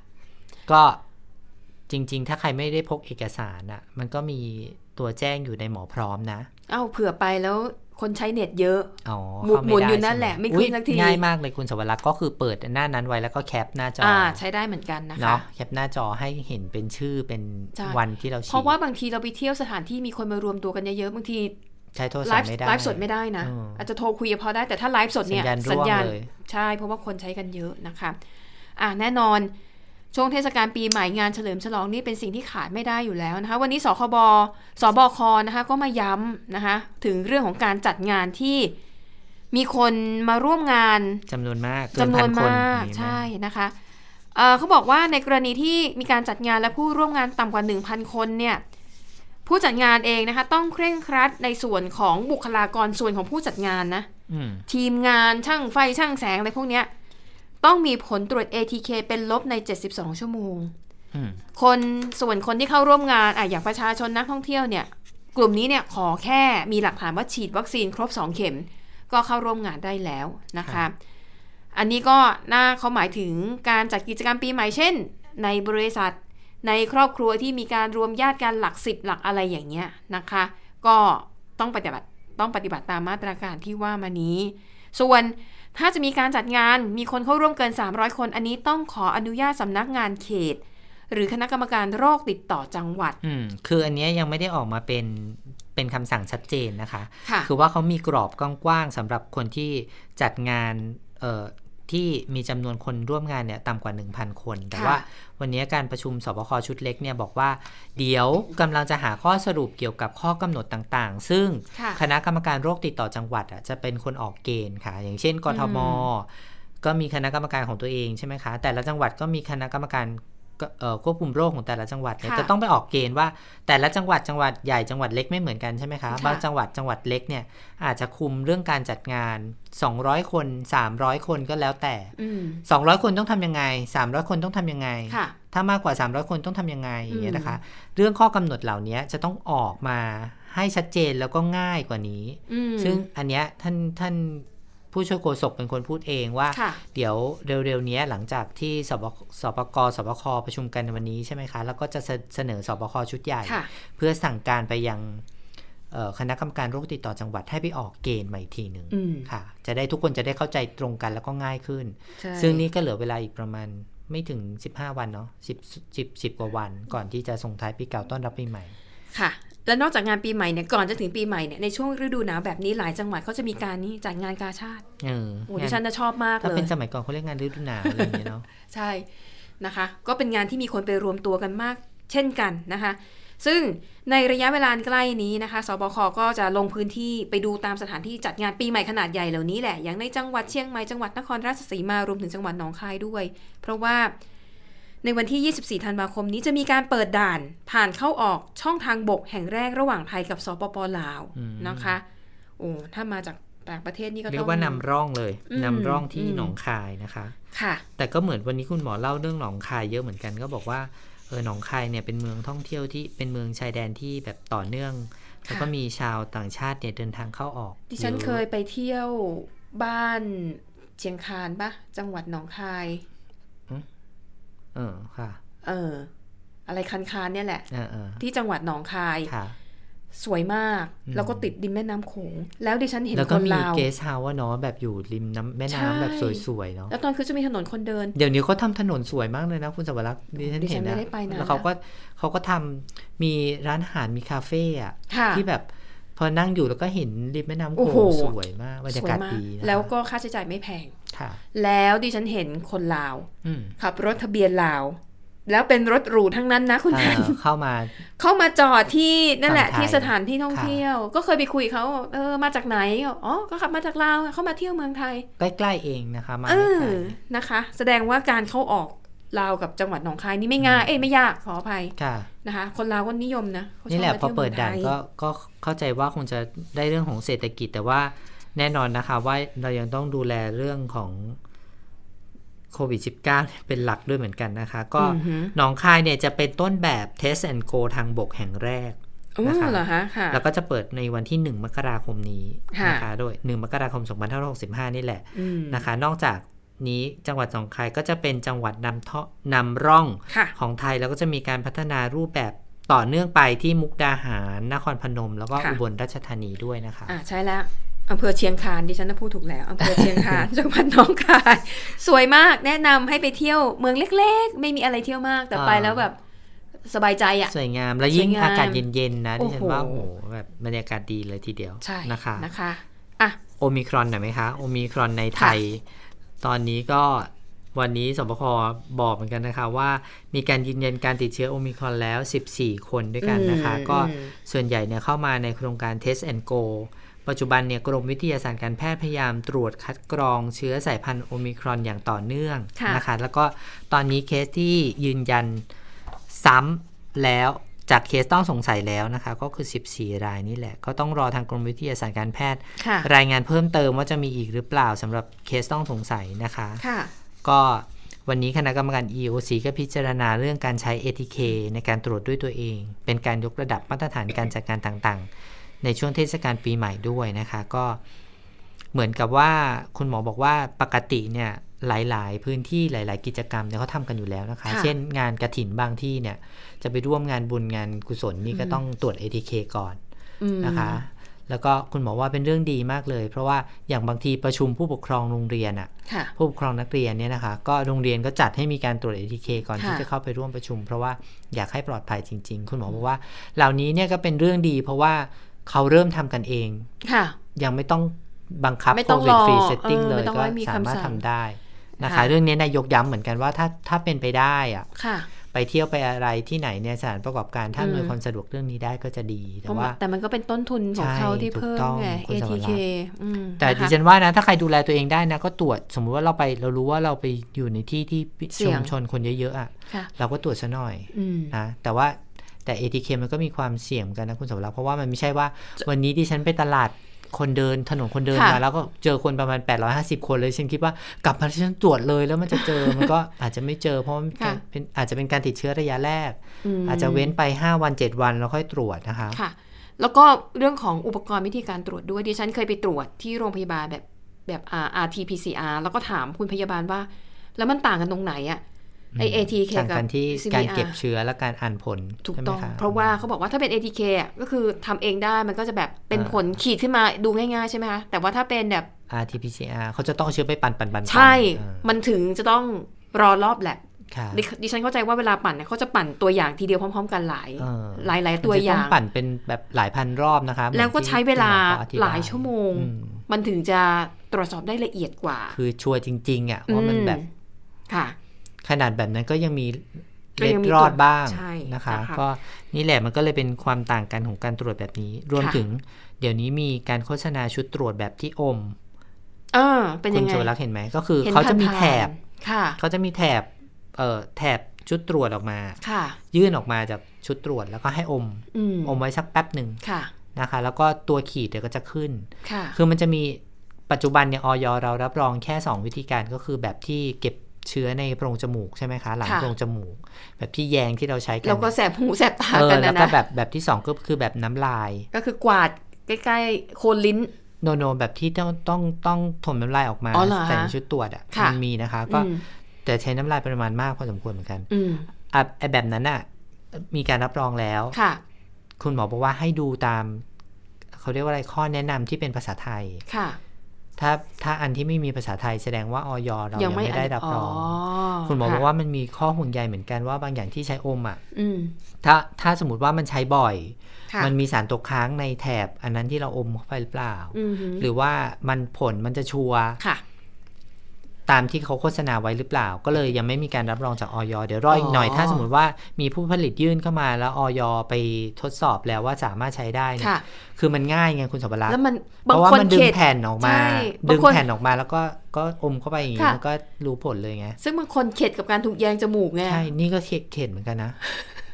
Speaker 2: ก็จริง ๆ ถ้าใครไม่ได้พกเอกสารอ่ะ มันก็มีตัวแจ้งอยู่ในหมอพร้อมนะ
Speaker 3: เอ้าเผื่อไปแล้วคนใช้เน็ตเยอะ
Speaker 2: อ๋อ
Speaker 3: หมุด
Speaker 2: เข้าไห
Speaker 3: มุนอยู่นั่น
Speaker 2: ใช่
Speaker 3: แหละไม่ขึ้น
Speaker 2: อุ๊ย
Speaker 3: สักที
Speaker 2: ง่ายมากเลยคุณสวรักษ์ก็คือเปิดหน้านั้นไว้แล้วก็แคปหน้าจออ
Speaker 3: อ่าใช้ได้เหมือนกันนะคะ
Speaker 2: เนาะแคปหน้าจอให้เห็นเป็นชื่อเป็น
Speaker 3: ใช่
Speaker 2: วันที่เราฉีด
Speaker 3: เพราะว่าบางทีเราไปเที่ยวสถานที่มีคนมารวมตัวกันเยอะๆบางที
Speaker 2: ใช้โทร
Speaker 3: ไล
Speaker 2: ศัพ
Speaker 3: ฟ์
Speaker 2: ท์ไม่ได้
Speaker 3: ไลฟ์สดไม่ได้นะ
Speaker 2: อืม
Speaker 3: อาจจะโทรคุยพอได้แต่ถ้าไลฟ์สด
Speaker 2: สั
Speaker 3: เนี่ย
Speaker 2: ญญาณร่วงเลย
Speaker 3: ใช่ เพราะว่าคนใช้กันเยอะนะคะอ่ะแน่นอนช่วงเทศกาลปีใหม่งานเฉลิมฉลองนี่เป็นสิ่งที่ขาดไม่ได้อยู่แล้วนะคะ วันนี้สคบสบคนะคะก็มาย้ำนะคะ ถึงเรื่องของการจัดงานที่มีคนมาร่วมงาน
Speaker 2: จำนวนมากเกิ
Speaker 3: จำนวน
Speaker 2: พัค
Speaker 3: มาก
Speaker 2: มีไห
Speaker 3: ใช่นะคะเอ่อเขาบอกว่าในกรณีที่มีการจัดงานและผู้ร่วมงานต่ำกว่า 1,000 คนเนี่ยผู้จัดงานเองนะคะต้องเคร่งครัดในส่วนของบุคลากรส่วนของผู้จัดงานนะ
Speaker 2: อืม
Speaker 3: ทีมงานช่างไฟช่างแสงอะไรพวกเนี้ยต้องมีผลตรวจ ATK เป็นลบใน 72 ชั่วโมง
Speaker 2: อืม
Speaker 3: คนส่วนคนที่เข้าร่วมงานอ่ะอย่างประชาชนนักท่องเที่ยวเนี่ย กลุ่มนี้เนี่ยขอแค่มีหลักฐานว่าฉีดวัคซีนครบ 2 เข็ม ก็เข้าร่วมงานได้แล้วนะคะ อันนี้ก็น่าเขาหมายถึงการจัดกิจกรรมปีใหม่เช่น ในบริษัทในครอบครัวที่มีการรวมญาติกันหลักสิบหลักอะไรอย่างเงี้ยนะคะ ก็ต้องปฏิบัติต้องปฏิบัติตามมาตราการที่ว่ามานี้ ส่วนถ้าจะมีการจัดงานมีคนเข้าร่วมเกิน 300 คน อันนี้ต้องขออนุญาตสำนักงานเขต หรือคณะกรรมการโรคติดต่อจังหวัด
Speaker 2: อืมคืออันเนี้ยยังไม่ได้ออกมาเป็นเป็นคำสั่งชัดเจนนะคะ
Speaker 3: ค่ะ
Speaker 2: คือว่าเขามีกรอบกว้างๆสำหรับคนที่จัดงานเอ่อที่มีจำนวนคนร่วมงานเนี่ยต่ำกว่า 1,000 คน แต่
Speaker 3: ค่ะ
Speaker 2: ว่าวันนี้การประชุมสบคชุดเล็กเนี่ยบอกว่า เดี๋ยวกำลังจะหาข้อสรุปเกี่ยวกับข้อกำหนดต่างๆ ซึ่ง
Speaker 3: ค่ะ
Speaker 2: คณะกรรมการโรคติดต่อจังหวัดอ่ะจะเป็นคนออกเกณฑ์ค่ะ อย่างเช่น กทม
Speaker 3: อื
Speaker 2: ก็มีคณะกรรมการของตัวเองใช่ไหมคะ แต่ละจังหวัดก็มีคณะกรรมการก็เอ่อควบคุมโรคของแต่ละจังหวัดเนี่ย
Speaker 3: ค่ะ
Speaker 2: จะต้องไปออกเกณฑ์ว่า แต่ละจังหวัดจังหวัดใหญ่จังหวัดเล็กไม่เหมือนกันใช่ไหมคะ
Speaker 3: ค่ะ
Speaker 2: บางจังหวัดจังหวัดเล็กเนี่ย อาจจะคุมเรื่องการจัดงาน 200 คน 300 คนก็แล้วแต่
Speaker 3: อืม
Speaker 2: 200 คนต้องทำยังไง 300 คนต้องทำยังไง
Speaker 3: ค่ะ
Speaker 2: ถ้ามากกว่า 300 คนต้องทำยังไงอย่างเงี้ยนะคะ
Speaker 3: อื
Speaker 2: เรื่องข้อกำหนดเหล่านี้จะต้องออกมาให้ชัดเจนแล้วก็ง่ายกว่านี้
Speaker 3: อืม
Speaker 2: ซึ่งอันเนี้ยท่านท่านผู้ช่วยโฆษกเป็นคนพูดเองว่า
Speaker 3: ค่ะ
Speaker 2: เดี๋ยวเร็วๆเนี้ยหลังจากที่สบสบกสบคประชุมกันวันนี้ใช่ไหมคะ แล้วก็จะเสเสนอสบคชุดใหญ่
Speaker 3: ค่ะ
Speaker 2: เพื่อสั่งการไปยังเอ่อคณะกรรมการโรคติดต่อจังหวัดให้ไปออกเกณฑ์ใหม่ทีหนึ่ง
Speaker 3: อืม
Speaker 2: ค่ะ จะได้ทุกคนจะได้เข้าใจตรงกันแล้วก็ง่ายขึ้น
Speaker 3: ใช่
Speaker 2: ซึ่งนี่ก็เหลือเวลาอีกประมาณไม่ถึง 15 วันเนาะ10 10 10 กว่าวัน ก่อนที่จะส่งท้ายปีเก่าต้อนรับปีใหม่
Speaker 3: ค่ะ และนอกจากงานปีใหม่เนี่ยก่อนจะถึงปีใหม่เนี่ยในช่วงฤดูหนาวแบบนี้หลายจังหวัดเขาจะมีการนี่จัดงานกาชาติ
Speaker 2: เออ
Speaker 3: โอ้ดิฉันน่ะชอบมาก
Speaker 2: ถ้า
Speaker 3: เลย
Speaker 2: เป็นสมัยก่อนเขาเรียกงานฤดูหนาวอะไรอย่างเงี้ยเนาะ
Speaker 3: ใช่นะคะ ก็เป็นงานที่มีคนไปรวมตัวกันมาก เช่นกันนะคะ ซึ่งในระยะเวลาอันใกล้นี้นะคะ สบค ก็จะลงพื้นที่ไปดูตามสถานที่จัดงานปีใหม่ขนาดใหญ่เหล่านี้แหละ อย่างในจังหวัดเชียงใหม่ จังหวัดนครราชสีมารวมถึงจังหวัดหนองคายด้วย เพราะว่า ในวันที่ 24 ธันวาคมนี้จะมีการเปิดด่านผ่านเข้าออกช่องทางบกแห่งแรกระหว่างไทยกับสปปลาว
Speaker 2: อืม
Speaker 3: นะคะ โอ้ถ้ามาจากต่างประเทศนี่ก็
Speaker 2: เรี
Speaker 3: ต้
Speaker 2: ย
Speaker 3: อง
Speaker 2: กว่านำร่องเลย
Speaker 3: อืม
Speaker 2: นำร่องที่
Speaker 3: อืม
Speaker 2: หนองคายนะคะ
Speaker 3: ค่ะ
Speaker 2: แต่ก็เหมือนวันนี้คุณหมอเล่าเรื่องหนองคายเยอะเหมือนกันก็บอกว่าเออหนองคายเนี่ยเป็นเมืองท่องเที่ยวที่เป็นเมืองชายแดนที่แบบต่อเนื่อง แล้วก็มีชาวต่างชาติเนี่ยเดินทางเข้าออก
Speaker 3: ดิฉัน
Speaker 2: อะ
Speaker 3: เคยไปเที่ยวบ้านเชียงคานปะจังหวัดหนองคาย
Speaker 2: เออค่ะ
Speaker 3: เออ อะไรคันคานๆเนี่ยแหละ
Speaker 2: เออเออ
Speaker 3: ที่จังหวัดหนองคาย
Speaker 2: ค่ะ
Speaker 3: สวยมาก
Speaker 2: อืม
Speaker 3: แล้วก็ติดริมแม่น้ำโขง แล้วดิฉันเห็น
Speaker 2: แล้ว
Speaker 3: ค
Speaker 2: ก็
Speaker 3: น
Speaker 2: มี
Speaker 3: ลาว
Speaker 2: เกสเฮาว่าเนาะแบบอยู่ริมน้ำแม่
Speaker 3: ใช่
Speaker 2: น้ำแบบสวยๆเนาะ
Speaker 3: แล้วตอนคือจะมีถนนคนเดิน
Speaker 2: เดี๋ยวนี้เขาทำถนนสวยมากเลยนะคุณสวรักษ์ดิฉัน
Speaker 3: ดิฉั
Speaker 2: เห็
Speaker 3: น
Speaker 2: น
Speaker 3: ไม่
Speaker 2: นะ
Speaker 3: ได้ไปนาน
Speaker 2: แล้วเขา
Speaker 3: ละ
Speaker 2: ก็เขาก็ทำมีร้านอาหารมีคาเฟ่อะ
Speaker 3: ค่ะ
Speaker 2: ที่แบบพอนั่งอยู่แล้วก็เห็นริมแม่น้ำ
Speaker 3: โอ้
Speaker 2: โข
Speaker 3: โห
Speaker 2: งสวยมากบรรยากาศ
Speaker 3: สวม
Speaker 2: ดีนะคะ
Speaker 3: แล้วก็ค่าใช้จ่ายไม่แพง
Speaker 2: ค่ะ
Speaker 3: แล้วดิฉันเห็นคนลาว
Speaker 2: อืม
Speaker 3: ขับรถทะเบียนลาว แล้วเป็นรถหรูทั้งนั้นนะคุณนั
Speaker 2: อ่าน เข้ามา
Speaker 3: เข้ามาจอดที่นั่นแหละ
Speaker 2: ฝั่งไทย
Speaker 3: ที่สถานที่ท่อง
Speaker 2: ค่ะ
Speaker 3: เที่ยว ก็เคยไปคุยเขาเออมาจากไหนอ๋อก็ขับมาจากลาวเข้ามาเที่ยวเมืองไทย
Speaker 2: ใกล้ๆเองนะคะ มา
Speaker 3: เอ
Speaker 2: ไม่
Speaker 3: อ
Speaker 2: ไกล
Speaker 3: นะคะ แสดงว่าการเข้าออกลาวกับจังหวัดหนองคายนี่ไม่ง่ายเอ้ยไม่ยากขออภัย
Speaker 2: ค่ะ
Speaker 3: นะคะ คนลาวก็นิยมนะเขาชบ
Speaker 2: นี่แหละ
Speaker 3: มา
Speaker 2: พอ
Speaker 3: ที่ยว
Speaker 2: เปิดด่าน
Speaker 3: มืองไทย
Speaker 2: ก็ก็เข้าใจว่าคงจะได้เรื่องของเศรษฐกิจแต่ว่าแน่นอนนะคะ ว่าเรายังต้องดูแลเรื่องของโควิด -19 เป็นหลักด้วยเหมือนกันนะคะ ก็
Speaker 3: อือหือ
Speaker 2: หนองคายเนี่ยจะเป็นต้นแบบ Test and Go ทางบกแห่งแรก
Speaker 3: โอ้
Speaker 2: นะคะ
Speaker 3: เหรอฮะค่ะ
Speaker 2: แล้วก็จะเปิดในวันที่ 1 มกราคมนี้นะคะ
Speaker 3: ค่ะ
Speaker 2: โดย 1 มกราคม 2565 นี่แหละ
Speaker 3: อืม
Speaker 2: นะคะนอกจากนี้จังหวัดสงขลาก็จะเป็นจังหวัดนำท่อนำร่อง
Speaker 3: ค่ะ
Speaker 2: ของไทยแล้วก็จะมีการพัฒนารูปแบบต่อเนื่องไปที่มุกดาหารนครพนม แล้วก็
Speaker 3: ค่ะ
Speaker 2: อุบลราชธานีด้วยนะคะ
Speaker 3: อ่าใช่แล้วอำเภอเชียงคานดิฉันน่ะพูดถูกแล้วอำเภอเชียงคาน จังหวัดหนองคาย สวยมากแนะนำให้ไปเที่ยวเมืองเล็กๆ ไม่มีอะไรเที่ยวมากแต่
Speaker 2: อ่า
Speaker 3: ไปแล้วแบบสบายใจอ่ะ
Speaker 2: สวยงามและยิ่ง
Speaker 3: สวยงาม
Speaker 2: อากาศเย็นๆนะดิฉัน
Speaker 3: โอ้โห
Speaker 2: ว่าโอ้โหแบบบรรยากาศดีเลยทีเดียว
Speaker 3: ใช่
Speaker 2: นะคะ
Speaker 3: นะคะอ่ะ
Speaker 2: โอมิครอนหน่อยไหมคะโอมิครอนในไทย ตอนนี้ก็วันนี้สบคบอกเหมือนกันนะคะว่ามีการยืนยันการติดเชื้อโอมิครอนแล้ว 14 คนด้วยกันนะคะ
Speaker 3: อืม
Speaker 2: ก็
Speaker 3: อืม
Speaker 2: ส่วนใหญ่เนี่ยเข้ามาในโครงการ Test and Go ปัจจุบันเนี่ยกรมวิทยาศาสตร์การแพทย์พยายามตรวจคัดกรองเชื้อสายพันธุ์โอมิครอนอย่างต่อเนื่อง
Speaker 3: ค่ะ
Speaker 2: นะคะ แล้วก็ตอนนี้เคสที่ยืนยันซ้ำแล้วจากเคสต้องสงสัยแล้วนะคะ ก็คือ 14 รายนี่แหละ ก็ต้องรอทางกรมวิทยาศาสตร์การแพทย์
Speaker 3: ค่ะ
Speaker 2: รายงานเพิ่มเติมว่าจะมีอีกหรือเปล่าสำหรับเคสต้องสงสัยนะคะ
Speaker 3: ค่ะ
Speaker 2: ก็วันนี้คณะกรรมการ EOC ก็พิจารณาเรื่องการใช้ ATK ในการตรวจด้วยตัวเอง เป็นการยกระดับมาตรฐานการจัดการต่างๆ ในช่วงเทศกาลปีใหม่ด้วยนะคะ ก็เหมือนกับว่าคุณหมอบอกว่าปกติเนี่ยหลายๆ พื้นที่หลาย ๆ กิจกรรมเนี่ยเขาทำกันอยู่แล้วนะคะ
Speaker 3: ค่ะ
Speaker 2: เช่นงานกระถินบางที่เนี่ยจะไปร่วมงานบุญงานกุศลนี่ก็ต้องตรวจ ATK ก่อน
Speaker 3: อืม
Speaker 2: นะคะแล้วก็คุณหมอว่าเป็นเรื่องดีมากเลย เพราะว่าอย่างบางทีประชุมผู้ปกครองโรงเรียนอ่ะ
Speaker 3: ค่ะ
Speaker 2: ผู้ปกครองนักเรียนเนี่ยนะคะ ก็โรงเรียนก็จัดให้มีการตรวจ ATK ก่อน
Speaker 3: ค่ะ
Speaker 2: ที่จะเข้าไปร่วมประชุม เพราะว่าอยากให้ปลอดภัยจริง ๆ คุณหมอบอกว่า เหล่านี้เนี่ยก็เป็นเรื่องดี เพราะว่าเขาเริ่มทำกันเอง
Speaker 3: ค่ะ
Speaker 2: ยังไม่ต้องบังคับ
Speaker 3: ไม่ต้อง
Speaker 2: โควิดฟรี
Speaker 3: รอ
Speaker 2: เซตติ้ง
Speaker 3: เออ
Speaker 2: เลย
Speaker 3: ไม่ต้อง
Speaker 2: ก็
Speaker 3: ให้มี
Speaker 2: สามารถ
Speaker 3: คำสั่
Speaker 2: ทำ
Speaker 3: ง
Speaker 2: ได้นะ
Speaker 3: ค่ะ
Speaker 2: คะ เรื่องนี้นายกย้ำเหมือนกันว่าถ้าถ้าเป็นไปได้อะ
Speaker 3: ค่ะ
Speaker 2: ไปเที่ยวไปอะไรที่ไหนเนี่ยสถานประกอบการถ้า
Speaker 3: อืม
Speaker 2: อำนวยความสะดวกเรื่องนี้ได้ก็จะดีแต่
Speaker 3: ต้อง
Speaker 2: ว่า
Speaker 3: แต่มันก็เป็นต้นทุนของ
Speaker 2: ใช่
Speaker 3: เขาที่
Speaker 2: ถูก
Speaker 3: เพิ่ม
Speaker 2: ต้อง
Speaker 3: ไง
Speaker 2: คุณสวรรค์
Speaker 3: ATK อืม
Speaker 2: แต่
Speaker 3: ะ
Speaker 2: ดิ
Speaker 3: คะ
Speaker 2: ฉันว่านะถ้าใครดูแลตัวเองได้นะก็ตรวจสมมุติว่าเราไปเรารู้ว่าเราไปอยู่ในที่ที่
Speaker 3: เสี่
Speaker 2: ชุ
Speaker 3: ยง
Speaker 2: มชนคนเยอะๆอ่ะ
Speaker 3: ค่ะ
Speaker 2: เราก็ตรวจซะหน่อย
Speaker 3: อืม
Speaker 2: นะแต่ว่าแต่ ATK มันก็มีความเสี่ยงเหมือนกันนะคุณสมรักษ์เพราะว่ามันไม่ใช่ว่า วันนี้ดิฉันไปตลาดคนเดินถนนคนเดิน
Speaker 3: ค่ะ
Speaker 2: มาแล้วก็เจอคนประมาณ 850 คนเลยฉันคิดว่ากลับมาฉันตรวจเลยแล้วมันจะเจอ มันก็อาจจะไม่เจอเพราะมันเป็นเป็นอาจจะเป็นการติดเชื้อระยะแรก
Speaker 3: ม
Speaker 2: อาจจะเว้นไป 5 วัน 7 วันแล้วค่อยตรวจนะคะ
Speaker 3: ค่ะ แล้วก็เรื่องของอุปกรณ์วิธีการตรวจด้วยดิฉันเคยไปตรวจที่โรงพยาบาลแบบแบบอ่า rt pcr แล้วก็ถามคุณพยาบาลว่า แล้วมันต่างกันตรงไหนอะไอ atk
Speaker 2: ต่าง
Speaker 3: กั
Speaker 2: กับ นที่
Speaker 3: CVR
Speaker 2: การเก็บเชื้อและการอ่านผล
Speaker 3: ถูก
Speaker 2: ใช่ไหม
Speaker 3: ต้อง
Speaker 2: ค
Speaker 3: เพราะว่าเขาบอกว่าถ้าเป็น ATK อะก็คือทำเองได้มันก็จะแบบเป็น
Speaker 2: อ่า
Speaker 3: ผลขีดขึ้นมาดูง่ายๆใช่ไหมคะ แต่ว่าถ้าเป็นแบบ
Speaker 2: RT-PCR เขาจะต้องเอาเชื้อไปปั่นปั่นปั่นปั่น
Speaker 3: ใช่
Speaker 2: อ่า
Speaker 3: มันถึงจะต้องรอรอบแลบ
Speaker 2: ค่ะ
Speaker 3: ดิดิฉันเข้าใจว่าเวลาปั่นเนี่ยเขาจะปั่นตัวอย่างทีเดียวพร้อม ๆ กันหลาย
Speaker 2: เออ
Speaker 3: หลาย ๆ ตัวอย่า
Speaker 2: มันจะ
Speaker 3: ง
Speaker 2: ต้ปั่นเป็นแบบหลายพันรอบนะคะ
Speaker 3: แล้วก็ใช้เวลา
Speaker 2: ที่คุณมอเขอธิบ
Speaker 3: หลายชั่วโมง
Speaker 2: อืม
Speaker 3: มันถึงจะตรวจสอบได้ละเอียดกว่า
Speaker 2: คือชัวร์จริงๆอ่ะว่ามันแบบ
Speaker 3: อืค่ะ
Speaker 2: ขนาดแบบนั้นก็ยังมี
Speaker 3: ก็
Speaker 2: เล็
Speaker 3: ยั
Speaker 2: ด
Speaker 3: งมี
Speaker 2: รอดบ้าง
Speaker 3: ใช่
Speaker 2: นะคะ
Speaker 3: นะคะ
Speaker 2: ก็นี่แหละมันก็เลยเป็นความต่างกันของการตรวจแบบนี้ รวม
Speaker 3: ค่ะ
Speaker 2: ถึงเดี๋ยวนี้มีการโฆษณาชุดตรวจแบบที่อม
Speaker 3: เออเป็น
Speaker 2: คุ
Speaker 3: ยั
Speaker 2: ณ
Speaker 3: งไง
Speaker 2: โจรักษ์เห็นไหมก็คือ
Speaker 3: ห็น
Speaker 2: เขาจะมี
Speaker 3: ผ่นๆ
Speaker 2: แถบ
Speaker 3: ค่ะ
Speaker 2: เขาจะมีแถบ เอ่อ แถบ ชุดตรวจออกมา
Speaker 3: ค่ะ
Speaker 2: ยื่นออกมาจากชุดตรวจแล้วก็ให้อม
Speaker 3: อืม
Speaker 2: อมไว้สักแป๊บหนึ่ง
Speaker 3: ค่ะ
Speaker 2: นะคะ แล้วก็ตัวขีดเดี๋ยวก็จะขึ้น
Speaker 3: ค่ะ
Speaker 2: คือมันจะมีปัจจุบันเนี่ยออยเรารับรองแค่ 2 วิธีการก็คือแบบที่เก็บเชื้อในโพรงจมูกใช่ไหมคะ หลัง
Speaker 3: ค่ะ
Speaker 2: โพรงจมูก แบบที่แยงที่เราใช้กัน
Speaker 3: แล้วก็แสบหูแสบตา
Speaker 2: เออ
Speaker 3: กัน
Speaker 2: แล้
Speaker 3: นะ
Speaker 2: วก็
Speaker 3: นะ
Speaker 2: แบบแบบที่ 2 ก็คือแบบน้ำลาย
Speaker 3: ก็คือกวาดใกล้ๆโคนลิ้น
Speaker 2: โนโนแบบที่ต้องต้องต้องถมน้ำลายออกมา
Speaker 3: อ๋อเหรอฮะ
Speaker 2: ใส่ในชุดตรวจอ่ะ
Speaker 3: ค่ะ
Speaker 2: มันมีนะคะ ก็
Speaker 3: อืม
Speaker 2: แต่ใช้น้ำลายปริมาณมากพอสมควรเหมือนกัน
Speaker 3: อืม
Speaker 2: อ่ะไอแบบนั้นอ่ะมีการรับรองแล้ว
Speaker 3: ค่ะ
Speaker 2: คุณหมอบอกว่าให้ดูตาม เขาเรียกว่าอะไรข้อแนะนำที่เป็นภาษาไทย
Speaker 3: ค่ะ
Speaker 2: ถ้าถ้าอันที่ไม่มีภาษาไทยแสดงว่าออยเรายังไม่ได้รับรอง คุณหมอบอกว่ามันมีข้อห่วงใยเหมือนกันว่าบางอย่างที่ใช้อมอ่ะ
Speaker 3: อืม
Speaker 2: ถ้าถ้าสมมติว่ามันใช้บ่อย
Speaker 3: ค่ะ
Speaker 2: มันมีสารตกค้างในแถบ อันนั้นที่เราอมเข้าไปหรือเปล่า
Speaker 3: อืมหือ
Speaker 2: หรือว่ามันผลมันจะชัวร์
Speaker 3: ค่ะ
Speaker 2: ตามที่เขาโฆษณาไว้หรือเปล่า ก็เลยยังไม่มีการรับรองจากออยเดี๋ยวรออี
Speaker 3: อ๋
Speaker 2: ก
Speaker 3: อ
Speaker 2: หน่อย ถ้าสมมติว่ามีผู้ผลิตยื่นเข้ามาแล้วออยไปทดสอบแล้วว่าสามารถใช้ได้เนี่ย
Speaker 3: ค่ะ
Speaker 2: คือมันง่ายไงคุณสมบัติ
Speaker 3: แล้วมัน
Speaker 2: เพ
Speaker 3: บาง
Speaker 2: ราะว่า
Speaker 3: คน
Speaker 2: มันดึ
Speaker 3: เข
Speaker 2: ง
Speaker 3: ต
Speaker 2: แผ่นออกมา
Speaker 3: ใช่
Speaker 2: ดึ
Speaker 3: บาง
Speaker 2: ง
Speaker 3: คน
Speaker 2: แผ่นออกมาแล้วก็ก็อมเข้าไปอย่างนี้
Speaker 3: ค่ะ
Speaker 2: มันก็รู้ผลเลยไง
Speaker 3: ซึ่งบางคนเข็ดกับการถูกแยงจมูกไง
Speaker 2: ใช่ นี่ก็เข็ดเข็ดเหมือนกันนะ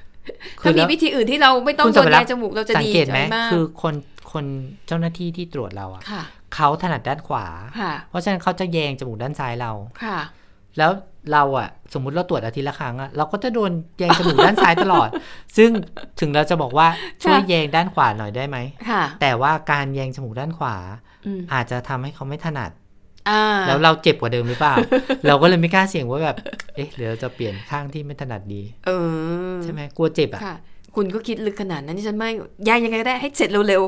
Speaker 3: ถ้ามี
Speaker 2: แล้ว
Speaker 3: วิธีอื่นที่เราไม่ต้อง
Speaker 2: คุณ
Speaker 3: โดน
Speaker 2: ส
Speaker 3: แย
Speaker 2: รั
Speaker 3: งจมูกเราจะ
Speaker 2: สัง
Speaker 3: ดี
Speaker 2: เกตไหม
Speaker 3: ใจมาก
Speaker 2: คือคนคนเจ้าหน้าที่ที่ตรวจเราอะ
Speaker 3: ค่ะ
Speaker 2: เขาถนัดด้านขวา
Speaker 3: ค่ะ
Speaker 2: เพราะฉะนั้นเขาจะแยงจมูกด้านซ้ายเรา
Speaker 3: ค่ะ
Speaker 2: แล้วเราอะสมมติเราตรวจอาทิตย์ละครั้งอะเราก็จะโดนแยงจมูกด้านซ้ายตลอด ซึ่งถึงเราจะบอกว่าช่วยแยงด้านขวาหน่อยได้ไหม
Speaker 3: ค่ะ
Speaker 2: แต่ว่าการแยงจมูกด้านขวา
Speaker 3: อืม
Speaker 2: อาจจะทำให้เขาไม่ถนัด
Speaker 3: อ่า
Speaker 2: แล้วเราเจ็บกว่าเดิมหรือ เปล่า เราก็เลยไม่กล้าเสี่ยงว่าแบบ เอ๊ะหรือเราจะเปลี่ยนข้างที่ไม่ถนัดดี
Speaker 3: เออ
Speaker 2: ใช่ไหมกลัวเจ็บอ่ะ
Speaker 3: ค่ะ คุณก็คิดลึกขนาดนั้นที่ฉันไม่แยงยังไงก็ได้ให้เสร็จเร็ว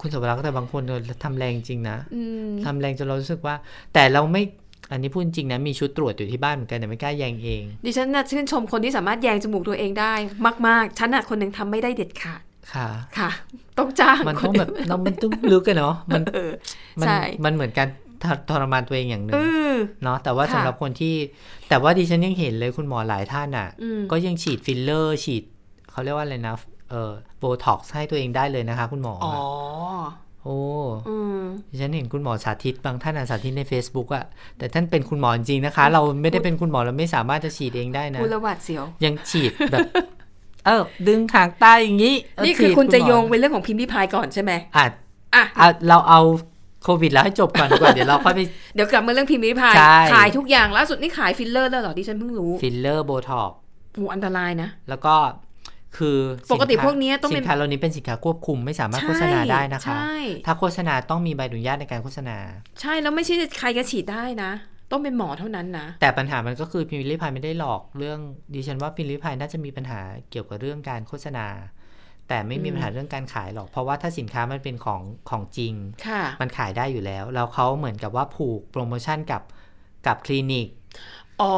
Speaker 2: คุณสมรักษ์แต่บางคนเนี่ยทำแรงจริงนะ
Speaker 3: ๆอืม
Speaker 2: ทำแรงจนเรารู้สึกว่า แต่เราไม่ อันนี้พูดจริงนะ มีชุดตรวจอยู่ที่บ้านเหมือนกันแต่ไม่กล้าแยงเอง
Speaker 3: ดิฉันน่ะชื่นชมคนที่สามารถแยงจมูกตัวเองได้ มาก ๆ ฉันน่ะคนหนึ่งทำไม่ได้เด็ดขาด
Speaker 2: ค่ะ
Speaker 3: ค่ะ ต้องจ้าง
Speaker 2: มัน
Speaker 3: ค
Speaker 2: ต้อง
Speaker 3: อื่
Speaker 2: แบบเรามันต้องลึกกันเนาะ มัน
Speaker 3: เออ
Speaker 2: มัน
Speaker 3: ใช่
Speaker 2: มันเหมือนการทรทรมานตัวเองอย่างหนึ่ง
Speaker 3: เออ
Speaker 2: เนาะ แต่ว่า
Speaker 3: ค่ะ
Speaker 2: สำหรับคนที่ แต่ว่าดิฉันยังเห็นเลยคุณหมอหลายท่านอ่ะ
Speaker 3: อืม
Speaker 2: ก็ยังฉีดฟิลเลอร์ ฉีดเขาเรียกว่าอะไรนะ เอ่อโบท็อกซ์ให้ตัวเองได้เลยนะคะ คุณหมอ
Speaker 3: อ๋อ
Speaker 2: อะโอ้
Speaker 3: อืม
Speaker 2: ดิฉันเห็นคุณหมอสาธิตบางท่านอ่ะสาธิตใน Facebook อะแต่ท่านเป็นคุณหมอจริงๆนะคะ เราไม่ได้เป็นคุณหมอเราไม่สามารถจะฉีดเองได้นะ
Speaker 3: พูดและหวาดเสียว
Speaker 2: ยังฉีดแบบ เออดึงขางใตาอย่างนี้เ
Speaker 3: นี่คือ
Speaker 2: ฉีด
Speaker 3: คุณจะโยง
Speaker 2: หม
Speaker 3: ไปเรื่องของพิมพ์ริพายก่อนใช่ไหม
Speaker 2: อ่ะ
Speaker 3: อ่ะ
Speaker 2: อ่ะเราเอาโควิดแล้วให้จบก่อนดีกว่า เดี๋ยวเราค่อยไป
Speaker 3: เดี๋ยวกลับมาเรื่องพิมพ์ริพาย
Speaker 2: ใช่
Speaker 3: ขายทุกอย่างล่าสุดนี่ขายฟิลเลอร์แล้วเหรอดิฉันเพิ่งรู้
Speaker 2: ฟิลเลอร์โบท็อก
Speaker 3: โอ้อันตรายนะ
Speaker 2: แล้วก็คือสินค้า
Speaker 3: ปกติพวกเนี้ยต้องเป็
Speaker 2: สิ
Speaker 3: น
Speaker 2: นค้าเหล่านี้เป็นสินค้าควบคุมไม่สามารถโฆษณาได้นะคะ
Speaker 3: ใช่
Speaker 2: ถ้าโฆษณาต้องมีใบอนุญาตในการโฆษณา
Speaker 3: ใช่แล้วไม่ใช่ใครก็ฉีดได้นะ ต้องเป็นหมอเท่านั้นนะ
Speaker 2: แต่ปัญหามันก็คือพิมพ์ริพายไม่ได้หลอกเรื่องดิฉันว่าพิมพ์ริพายน่าจะมีปัญหาเกี่ยวกับเรื่องการโฆษณา แต่ไม่มี
Speaker 3: อืม
Speaker 2: ปัญหาเรื่องการขายหรอก เพราะว่าถ้าสินค้ามันเป็นของของจริง
Speaker 3: ค่ะ
Speaker 2: มันขายได้อยู่แล้ว แล้วเขาเหมือนกับว่าผูกโปรโมชั่นกับกับคลินิก
Speaker 3: อ๋อ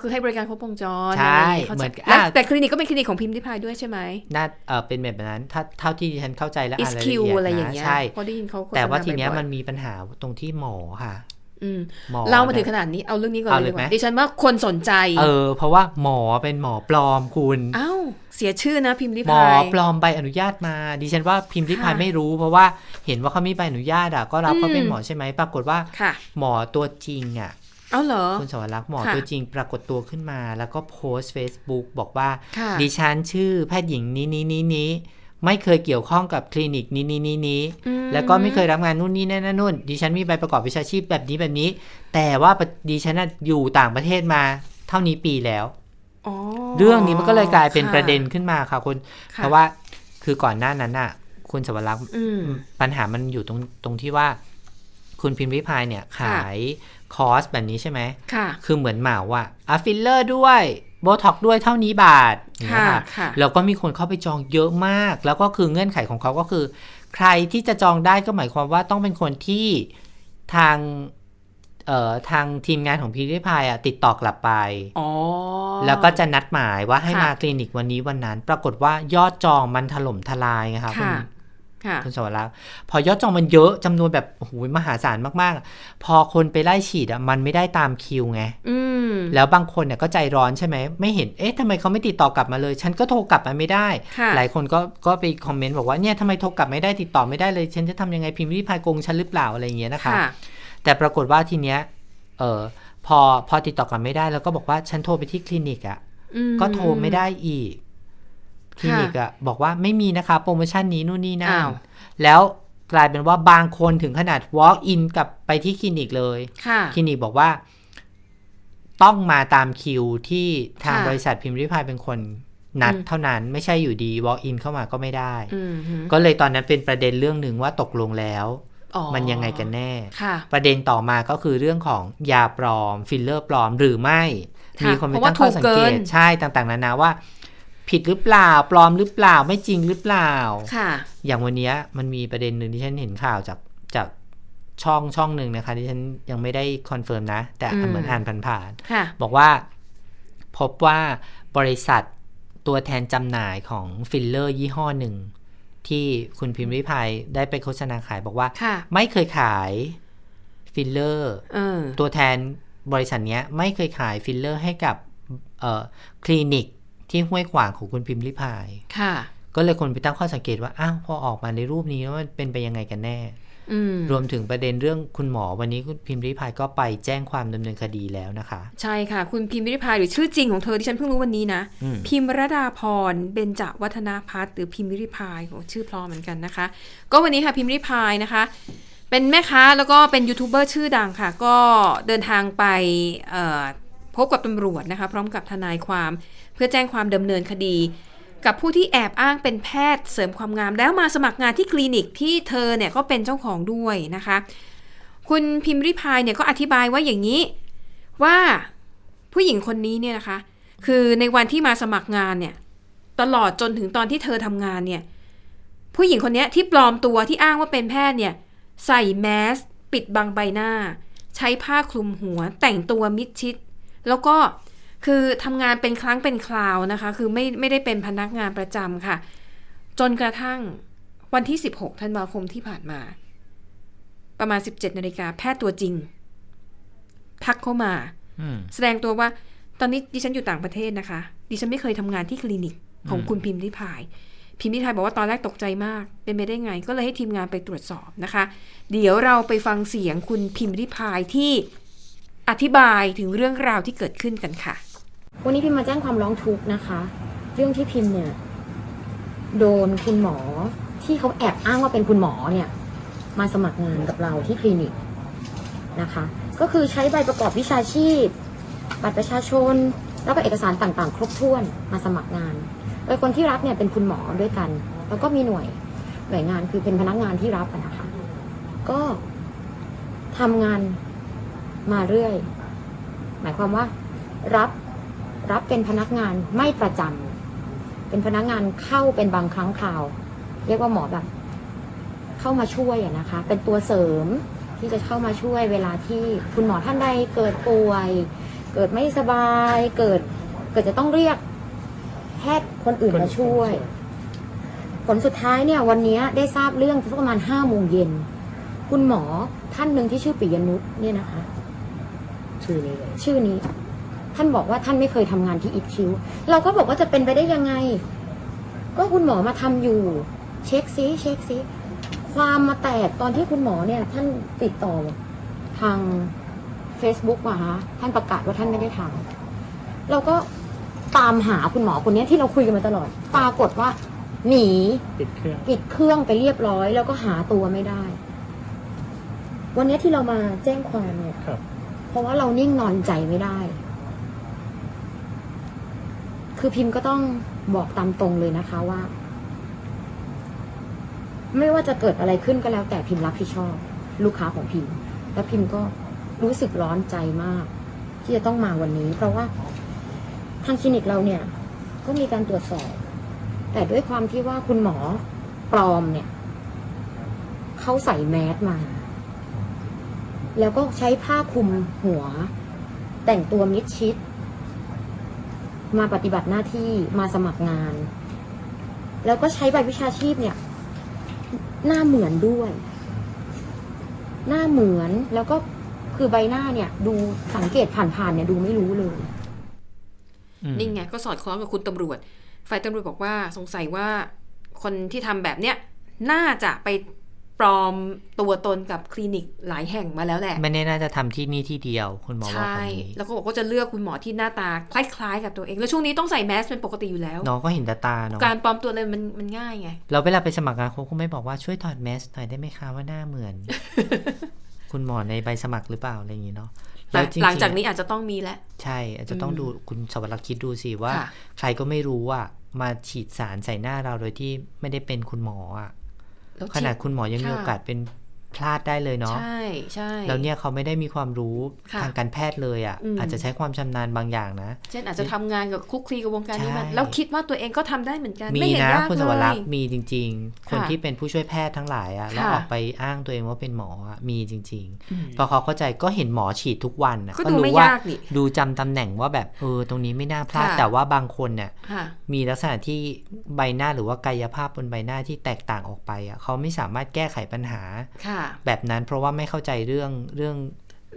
Speaker 3: คือให้บริการครบวงจร
Speaker 2: ใช่
Speaker 3: อะไรย่างงี้ยข้า
Speaker 2: เหมือน
Speaker 3: ใจ
Speaker 2: กับ
Speaker 3: แล้ว
Speaker 2: อ่ะ
Speaker 3: แต่คลินิกก็เป็นคลินิกของพิมพ์ริพายด้วยใช่ไหม
Speaker 2: น่าเออเป็นแบบนั้นถ้าเท่าที่ดิฉันเข้าใจและ
Speaker 3: อิ
Speaker 2: อ่า
Speaker 3: ส
Speaker 2: นราย
Speaker 3: คิ
Speaker 2: ละ
Speaker 3: ว
Speaker 2: เอียด
Speaker 3: อะไรอย่าง
Speaker 2: นะ
Speaker 3: เงี้ย
Speaker 2: ใช่
Speaker 3: พอได้ยินเขาโฆษณ
Speaker 2: แต่ว่าทีเนี้ย
Speaker 3: บ่อๆ
Speaker 2: มันมีปัญหาตรงที่หมอค่ะ
Speaker 3: อืม
Speaker 2: หมอ
Speaker 3: เล่ามาถึงข
Speaker 2: นี่ย
Speaker 3: นาดนี้เอาเรื่องนี้ก่อน
Speaker 2: เอา
Speaker 3: เล
Speaker 2: เลย ย
Speaker 3: ดีกว่า
Speaker 2: ไหม
Speaker 3: ดิฉันว่าคนสนใจ
Speaker 2: เออ เพราะว่าหมอเป็นหมอปลอมคุณ
Speaker 3: เอ้าเสียชื่อนะพิมพ์ริ
Speaker 2: หมอ
Speaker 3: พาย
Speaker 2: ปลอมใบอนุญาตมา ดิฉันว่าพิมพ์ริพาย
Speaker 3: ค่ะ
Speaker 2: ไม่รู้ เพราะว่าเห็นว่าเขามีใบอนุญาตอ่ะก็รับเขา
Speaker 3: อืม
Speaker 2: เป็นหมอใช่ไหมปรากฏว่า
Speaker 3: ค่ะ
Speaker 2: หมอตัวจริงอ่ะ
Speaker 3: เอ้าเหรอ
Speaker 2: คุณสวรักษ์หมอ
Speaker 3: ค่ะ
Speaker 2: ตัวจริงปรากฏตัวขึ้นมา แล้วก็โพสต์ Facebook บอกว่า
Speaker 3: ค่ะ
Speaker 2: ดิฉันชื่อแพทย์หญิงนี้นี้นี้นี้ไม่เคยเกี่ยวข้องกับคลินิกนี้นี้นี้นี้
Speaker 3: อืม
Speaker 2: แล้วก็ไม่เคยรับงานนู่นนี่นั่นนั่นนู่นดิฉันมีใบประกอบวิชาชีพแบบนี้แบบนี้ แต่ว่าดิฉันน่ะอยู่ต่างประเทศมาเท่านี้ปีแล้ว
Speaker 3: อ๋อ
Speaker 2: เรื่องนี้มันก็เลยกลายเป็น
Speaker 3: ค่
Speaker 2: ประเด็นขึ้นมาค่ะคุณ
Speaker 3: ค่
Speaker 2: เพราะว่าคือก่อนหน้านั้นน่ะ คุณสวรักษ์
Speaker 3: อืม
Speaker 2: ปัญหามันอยู่ตรงตรงที่ว่า คุณพิมพ์ริพายเนี่ยขายคอร์สแบบนี้ใช่ไหม
Speaker 3: ค่ะ
Speaker 2: คือเหมือนเหมาอะอะฟิลเลอร์ด้วยโบท็อกด้วยเท่านี้บาทอย่างเงี้ยค่ะ
Speaker 3: ค่ะค่ะ
Speaker 2: แล้วก็มีคนเข้าไปจองเยอะมาก แล้วก็คือเงื่อนไขของเขาก็คือ ใครที่จะจองได้ก็หมายความว่าต้องเป็นคนที่ทางเอ่อทางทีมงานของพิมพ์ริพายอะติดต่อกลับไป
Speaker 3: อ๋อ
Speaker 2: แล้วก็จะนัดหมายว่าให้
Speaker 3: ค่ะ
Speaker 2: มาคลินิกวันนี้วันนั้น ปรากฏว่ายอดจองมันถล่มทลายไงคะคุณ
Speaker 3: ค่ะ ค่ะ
Speaker 2: คุณสวรักษ์พอยอดจองมันเยอะจำนวนแบบโอ้โหมหาศาลมากๆ พอคนไปไล่ฉีดอ่ะมันไม่ได้ตามคิวไง
Speaker 3: อืม
Speaker 2: แล้วบางคนเนี่ยก็ใจร้อนใช่ไหม ไม่เห็นเอ๊ะทำไมเขาไม่ติดต่อกลับมาเลย ฉันก็โทรกลับมาไม่ได้
Speaker 3: ค่ะ
Speaker 2: หลายคนก็ก็ไปคอมเมนต์บอกว่าเนี่ยทำไมโทรกลับไม่ได้ติดต่อไม่ได้เลย ฉันจะทำยังไงพิมพ์ริพายโกงฉันหรือเปล่าอะไรอย่างเงี้ยนะคะ
Speaker 3: ค่ะ
Speaker 2: แต่ปรากฏว่าทีเนี้ย เออพอพอติดต่อกลับไม่ได้แล้วก็บอกว่าฉันโทรไปที่คลินิกอะ
Speaker 3: อื
Speaker 2: ก็โทรไม่ได้อีก คลินิกอะบอกว่าไม่มีนะคะโปรโมชั่นนี้นู่นนี่นั่น
Speaker 3: อ้าว
Speaker 2: แล้วกลายเป็นว่าบางคนถึงขนาด walk in กลับไปที่คลินิกเลย
Speaker 3: ค่ะ
Speaker 2: คลินิกบอกว่า ต้องมาตามคิวที่ทาง
Speaker 3: ค่ะ
Speaker 2: บริษัทพิมพ์ริพายเป็นคนนัด
Speaker 3: อืม
Speaker 2: เท่านั้นไม่ใช่อยู่ดี walk in เข้ามาก็ไม่ได้
Speaker 3: อืมฮึ
Speaker 2: ก็เลยตอนนั้นเป็นประเด็นเรื่องหนึ่งว่าตกลงแล้ว
Speaker 3: อ๋อ
Speaker 2: มันยังไงกันแน่
Speaker 3: ค่ะ
Speaker 2: ประเด็นต่อมาก็คือเรื่องของยาปลอม ฟิลเลอร์ปลอมหรือไม่
Speaker 3: ค่ะ
Speaker 2: มีคนไป
Speaker 3: เพราะ
Speaker 2: ตั้
Speaker 3: ว่าง
Speaker 2: ข้อสังเกต
Speaker 3: ถูกเกิน
Speaker 2: ใช่ต่างๆนานาว่า ผิดหรือเปล่า ปลอมหรือเปล่าไม่จริงหรือเปล่า
Speaker 3: ค่ะ
Speaker 2: อย่างวันเนี้ยมันมีประเด็นหนึ่งที่ฉันเห็นข่าวจากจากช่องช่องหนึ่งนะคะที่ฉันยังไม่ได้คอนเฟิร์มนะ แต่
Speaker 3: อืม
Speaker 2: เหมือนอ่านผ่าน
Speaker 3: ค่ะ
Speaker 2: ๆบอกว่าพบว่าบริษัทตัวแทนจำหน่ายของฟิลเลอร์ยี่ห้อหนึ่ง ที่คุณพิมพ์ริพายได้ไปโฆษณาขายบอกว่า
Speaker 3: ค่ะ
Speaker 2: ไม่เคยขายฟิลเลอร์
Speaker 3: เออ
Speaker 2: ตัวแทนบริษัทเนี้ยไม่เคยขายฟิลเลอร์ให้กับเอ่อคลินิกที่ห้วยขวางของคุณพิมพ์ริพาย
Speaker 3: ค่ะ
Speaker 2: ก็เลยคนไปตั้งข้อสังเกตว่าอ้าวพอออกมาในรูปนี้แล้วมันเป็นไปยังไงกันแน่
Speaker 3: อืม
Speaker 2: รวมถึงประเด็นเรื่องคุณหมอวันนี้คุณพิมพ์ริพายก็ไปแจ้งความดำเนินคดีแล้วนะคะ
Speaker 3: ใช่ค่ะ คุณพิมพ์วิริพายหรือชื่อจริงของเธอที่ฉันเพิ่งรู้วันนี้นะ
Speaker 2: อืม
Speaker 3: พิมรดาพรเบญจวัฒนาพัฒน์หรือพิมพ์วิริพายโหชื่อเพลอเหมือนกันนะคะ ก็วันนี้ค่ะพิมพ์วิริพายนะคะ เป็นแม่ค้าแล้วก็เป็นยูทูบเบอร์ชื่อดังค่ะ ก็เดินทางไปเอ่อพบกับตำรวจนะคะ พร้อมกับทนายความ เพื่อแจ้งความดำเนินคดี กับผู้ที่แอบอ้างเป็นแพทย์เสริมความงาม แล้วมาสมัครงานที่คลินิกที่เธอเนี่ยก็เป็นเจ้าของด้วยนะคะ คุณพิมพ์ริพายเนี่ยก็อธิบายว่าอย่างนี้ว่า ผู้หญิงคนนี้เนี่ยนะคะ คือในวันที่มาสมัครงานเนี่ย ตลอดจนถึงตอนที่เธอทำงานเนี่ย ผู้หญิงคนเนี้ยที่ปลอมตัวที่อ้างว่าเป็นแพทย์เนี่ย ใส่แมสปิดบังใบหน้า ใช้ผ้าคลุมหัว แต่งตัวมิดชิด แล้วก็คือทำงานเป็นครั้งเป็นคราวนะคะ คือไม่ไม่ได้เป็นพนักงานประจำค่ะ จนกระทั่งวันที่ 16ธันวาคมที่ผ่านมา ประมาณ 17นาฬิกาแพทย์ตัวจริง ทักเข้ามา
Speaker 2: อืม
Speaker 3: แสดงตัวว่าตอนนี้ดิฉันอยู่ต่างประเทศนะคะ ดิฉันไม่เคยทำงานที่คลินิกของคุณพิมพ์ริพาย พิมพ์ริพายบอกว่าตอนแรกตกใจมาก เป็นไปได้ไง ก็เลยให้ทีมงานไปตรวจสอบนะคะ เดี๋ยวเราไปฟังเสียงคุณพิมพ์ริพายที่อธิบายถึงเรื่องราวที่เกิดขึ้นกันค่ะ
Speaker 4: วันนี้พิมพ์มาแจ้งความร้องทุกข์นะคะ เรื่องที่พิมพ์เนี่ย โดนคุณหมอที่เขาแอบอ้างว่าเป็นคุณหมอเนี่ย มาสมัครงานกับเราที่คลินิกนะคะ ก็คือใช้ใบประกอบวิชาชีพ บัตรประชาชน แล้วก็เอกสารต่างๆ ครบถ้วนมาสมัครงาน โดยคนที่รับเนี่ยเป็นคุณหมอด้วยกัน แล้วก็มีหน่วยหน่วยงานคือเป็นพนักงานที่รับอะนะคะ ก็ทำงานมาเรื่อย หมายความว่า รับรับเป็นพนักงานไม่ประจำเป็นพนักงานเข้าเป็นบางครั้งคราว เรียกว่าหมอแบบ เข้ามาช่วยอะนะคะ เป็นตัวเสริมที่จะเข้ามาช่วยเวลาที่คุณหมอท่านใดเกิดป่วย เกิดไม่สบาย เกิดเกิดจะต้องเรียกแพทย์คนอื่นมาช่วย ผลสุดท้ายเนี่ย วันนี้ได้ทราบเรื่องสักประมาณห้าโมงเย็นคุณหมอท่านหนึ่งที่ชื่อปิยนุชเนี่ยนะคะ
Speaker 5: ชื่อนี้เลย
Speaker 4: ชื่อนี้ ท่านบอกว่าท่านไม่เคยทำงานที่อีคิวเราก็บอกว่าจะเป็นไปได้ยังไง ก็คุณหมอมาทำอยู่ เช็คซิเช็คซิความมาแตกตอนที่คุณหมอเนี่ย ท่านติดต่อทาง Facebook มาฮะท่านประกาศว่าท่านไม่ได้ทำเราก็ตามหาคุณหมอคนเนี้ยที่เราคุยกันมาตลอด ปรากฏว่า หนี
Speaker 5: ติดเครื่อง
Speaker 4: ปิดเครื่องไปเรียบร้อย แล้วก็หาตัวไม่ได้ วันนี้ที่เรามาแจ้งความเนี่ย
Speaker 5: ครับ
Speaker 4: เพราะว่าเรานิ่งนอนใจไม่ได้ คือพิมพ์ก็ต้องบอกตามตรงเลยนะคะว่า ไม่ว่าจะเกิดอะไรขึ้นก็แล้ว แต่พิมพ์รับผิดชอบ ลูกค้าของพิมพ์ แล้วพิมพ์ก็รู้สึกร้อนใจมาก ที่จะต้องมาวันนี้ เพราะว่าทางคลินิกเราเนี่ย ก็มีการตรวจสอบ แต่ด้วยความที่ว่าคุณหมอปลอมเนี่ย เขาใส่แมสมา แล้วก็ใช้ผ้าคลุมหัว แต่งตัวมิดชิด มาปฏิบัติหน้าที่มาสมัครงาน แล้วก็ใช้ใบวิชาชีพเนี่ย หน้าเหมือนด้วย หน้าเหมือนแล้วก็คือใบหน้าเนี่ย ดูสังเกตผ่านๆเนี่ยดูไม่รู้เลย
Speaker 2: อืม
Speaker 3: นี่ไงก็สอดคล้องกับคุณตำรวจ ฝ่ายตำรวจบอกว่าสงสัยว่าคนที่ทำแบบเนี้ยน่าจะไป ปลอมตัวตนกับคลินิกหลายแห่งมาแล้วแหละ
Speaker 2: ไม่ได้น่าจะทำที่นี่ที่เดียว คุณหมอบอก
Speaker 3: ใช่
Speaker 2: แบบนี้
Speaker 3: แล้วก็บอกว่าจะเลือกคุณหมอที่หน้าตาคล้ายๆ กับตัวเอง แล้วช่วงนี้ต้องใส่แมสเป็นปกติอยู่แล้ว
Speaker 2: น้องก็เห็นแต่ตาเนาะ
Speaker 3: การปลอมตัวเลยมันมันง่ายไง
Speaker 2: เราเวลาไปสมัครงานเขาก็ไม่บอกว่าช่วยถอดแมสหน่อยได้ไหมคะว่าหน้าเหมื อน คุณหมอในใบสมัครหรือเปล่าอะไรอย่างนี้เนาะ
Speaker 3: หลัง
Speaker 2: แวจริๆ
Speaker 3: หลังจากนี้อาจจะต้องมีแล้ว
Speaker 2: ใช่อาจจะต้อง
Speaker 3: อืม
Speaker 2: ดูคุณสวรักษ์คิดดูสิว่า
Speaker 3: ค่ะ
Speaker 2: ใครก็ไม่รู้ว่ามาฉีดสารใส่หน้าเราโดยที่ไม่ได้เป็นคุณหมออ่ะ
Speaker 3: แล้ว
Speaker 2: ขนาด
Speaker 3: ที่
Speaker 2: คุณหมอยังมี
Speaker 3: ค่ะ
Speaker 2: โอกาสเป็นพลาดได้เลยเนาะ
Speaker 3: ใช่ใช่
Speaker 2: แล้วเนี่ยเขาไม่ได้มีความรู้
Speaker 3: ค่ะ
Speaker 2: ทางการแพทย์เลยอะ่ะ
Speaker 3: อืม
Speaker 2: อาจจะใช้ความชำนาญบางอย่างนะ
Speaker 3: เช่นอาจจะทำงานกับคลุกคลีกับวงการนี้มา
Speaker 2: ใช่
Speaker 3: แล้วคิดว่าตัวเองก็ทำได้เหมือนกัน
Speaker 2: มี
Speaker 3: ไม่เห็น
Speaker 2: นะ
Speaker 3: ยาก
Speaker 2: คุณสว
Speaker 3: เล
Speaker 2: รัก
Speaker 3: ย
Speaker 2: ษ์มีจริง ๆ คน
Speaker 3: ค่ะ
Speaker 2: ที่เป็นผู้ช่วยแพทย์ทั้งหลายอะ่ะ
Speaker 3: ค่ะ
Speaker 2: แล้วออกไปอ้างตัวเองว่าเป็นหมออะมีจริงๆพอเขาเข้าใจก็เห็นหมอฉีดทุกวันอะ
Speaker 3: ก็ดูไม่
Speaker 2: รู้ว่าย
Speaker 3: ากนี่
Speaker 2: ดูจำตำแหน่งว่าแบบเออตรงนี้ไม่น่าพลาด
Speaker 3: ค่ะ
Speaker 2: แต่ว่าบางคนเนี่ย
Speaker 3: ค่ะ
Speaker 2: มีลักษณะที่ใบหน้าหรือว่ากายภาพบนใบหน้าที่แตกต่างออกไปอะ่ะเขาไม่สามารถแก้ไขปัญหา
Speaker 3: ค่ะ
Speaker 2: แบบนั้นเพราะว่าไม่เข้าใจเรื่องเรื่อง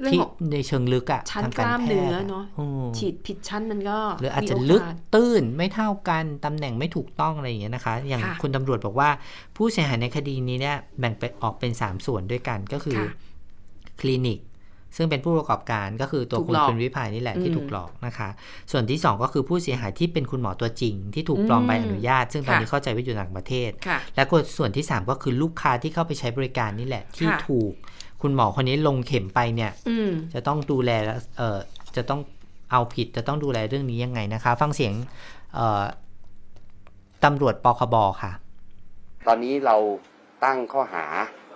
Speaker 3: เรื่อง
Speaker 2: ที่
Speaker 3: ของ
Speaker 2: ในเชิงลึกอะ
Speaker 3: ชั้น
Speaker 2: ทง
Speaker 3: กล้ามเนื้อ
Speaker 2: แพทย์
Speaker 3: เนอะ
Speaker 2: อืม
Speaker 3: ฉีดผิดชั้นมันก็
Speaker 2: หรืออาจจะ
Speaker 3: มีโ
Speaker 2: ลึกตื้นไม่เท่ากันตำแหน่งไม่ถูกต้องอะไรอย่างเงี้ยนะคะ อย่าง
Speaker 3: ค่ะ
Speaker 2: คุณตำรวจบอกว่า ผู้เสียหายในคดีนี้เนี่ยแบ่งไปออกเป็น 3 ส่วนด้วยกันก็คือ
Speaker 3: ค่ะ
Speaker 2: คลินิก ซึ่งเป็นผู้ประกอบการก็คือตัว
Speaker 3: ถูก
Speaker 2: คุณ
Speaker 3: หลอก
Speaker 2: คุณวิภายนี่แหละที่
Speaker 3: อืม
Speaker 2: ถูกหลอกนะคะ ส่วนที่ 2 ก็คือผู้เสียหายที่เป็นคุณหมอตัวจริง ที่ถูกปลอม
Speaker 3: อืม
Speaker 2: ใบอนุญาต ซึ่งตอน
Speaker 3: ค่ะ
Speaker 2: นี้เข้าใจว่าอยู่ต่างประเทศ
Speaker 3: ค่ะ
Speaker 2: และก็ส่วนที่ 3 ก็คือลูกค้าที่เข้าไปใช้บริการนี่แหละ ที่
Speaker 3: ค่ะ
Speaker 2: ถูกคุณหมอคนนี้ลงเข็มไปเนี่ย
Speaker 3: อืม
Speaker 2: จะต้องดูแลและเอ่อจะต้องเอาผิดจะต้องดูแลเรื่องนี้ยังไงนะคะ ฟังเสียงเอ่อตำรวจปคบค่ะ
Speaker 6: ตอนนี้เราตั้งข้อหา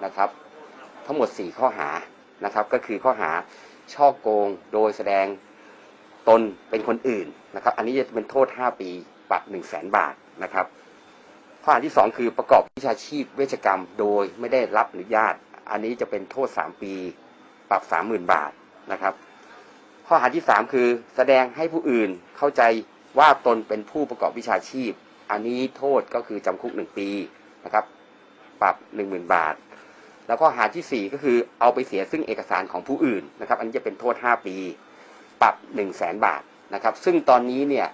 Speaker 6: นะครับ ทั้งหมด 4 ข้อหานะครับ ก็คือข้อหาช่อโกงโดยแสดงตนเป็นคนอื่นนะครับ อันนี้จะเป็นโทษ 5 ปีปรับ 1 0 0 0 0แบาทนะครับ ข้อหาที่ 2 คือประกอบวิชาชีพเวชกรรมโดยไม่ได้รับอนุญาต อันนี้จะเป็นโทษ 3 ปีปรับ 30,000 บาทนะครับ ข้อหาที่ 3 คือแสดงให้ผู้อื่นเข้าใจว่าตนเป็นผู้ประกอบวิชาชีพ อันนี้โทษก็คือจำคุก 1 ปี นะครับปรับ 10,000 บาท แล้วก็หาทีสี่ 4 ก็คือเอาไปเสียซึ่งเอกสารของผู้อื่นนะครับ อันนี้จะเป็นโทษ 5 ปี ปรับ 1 0 0 0 0แบาทนะครับ ซึ่งตอนนี้เนี่ย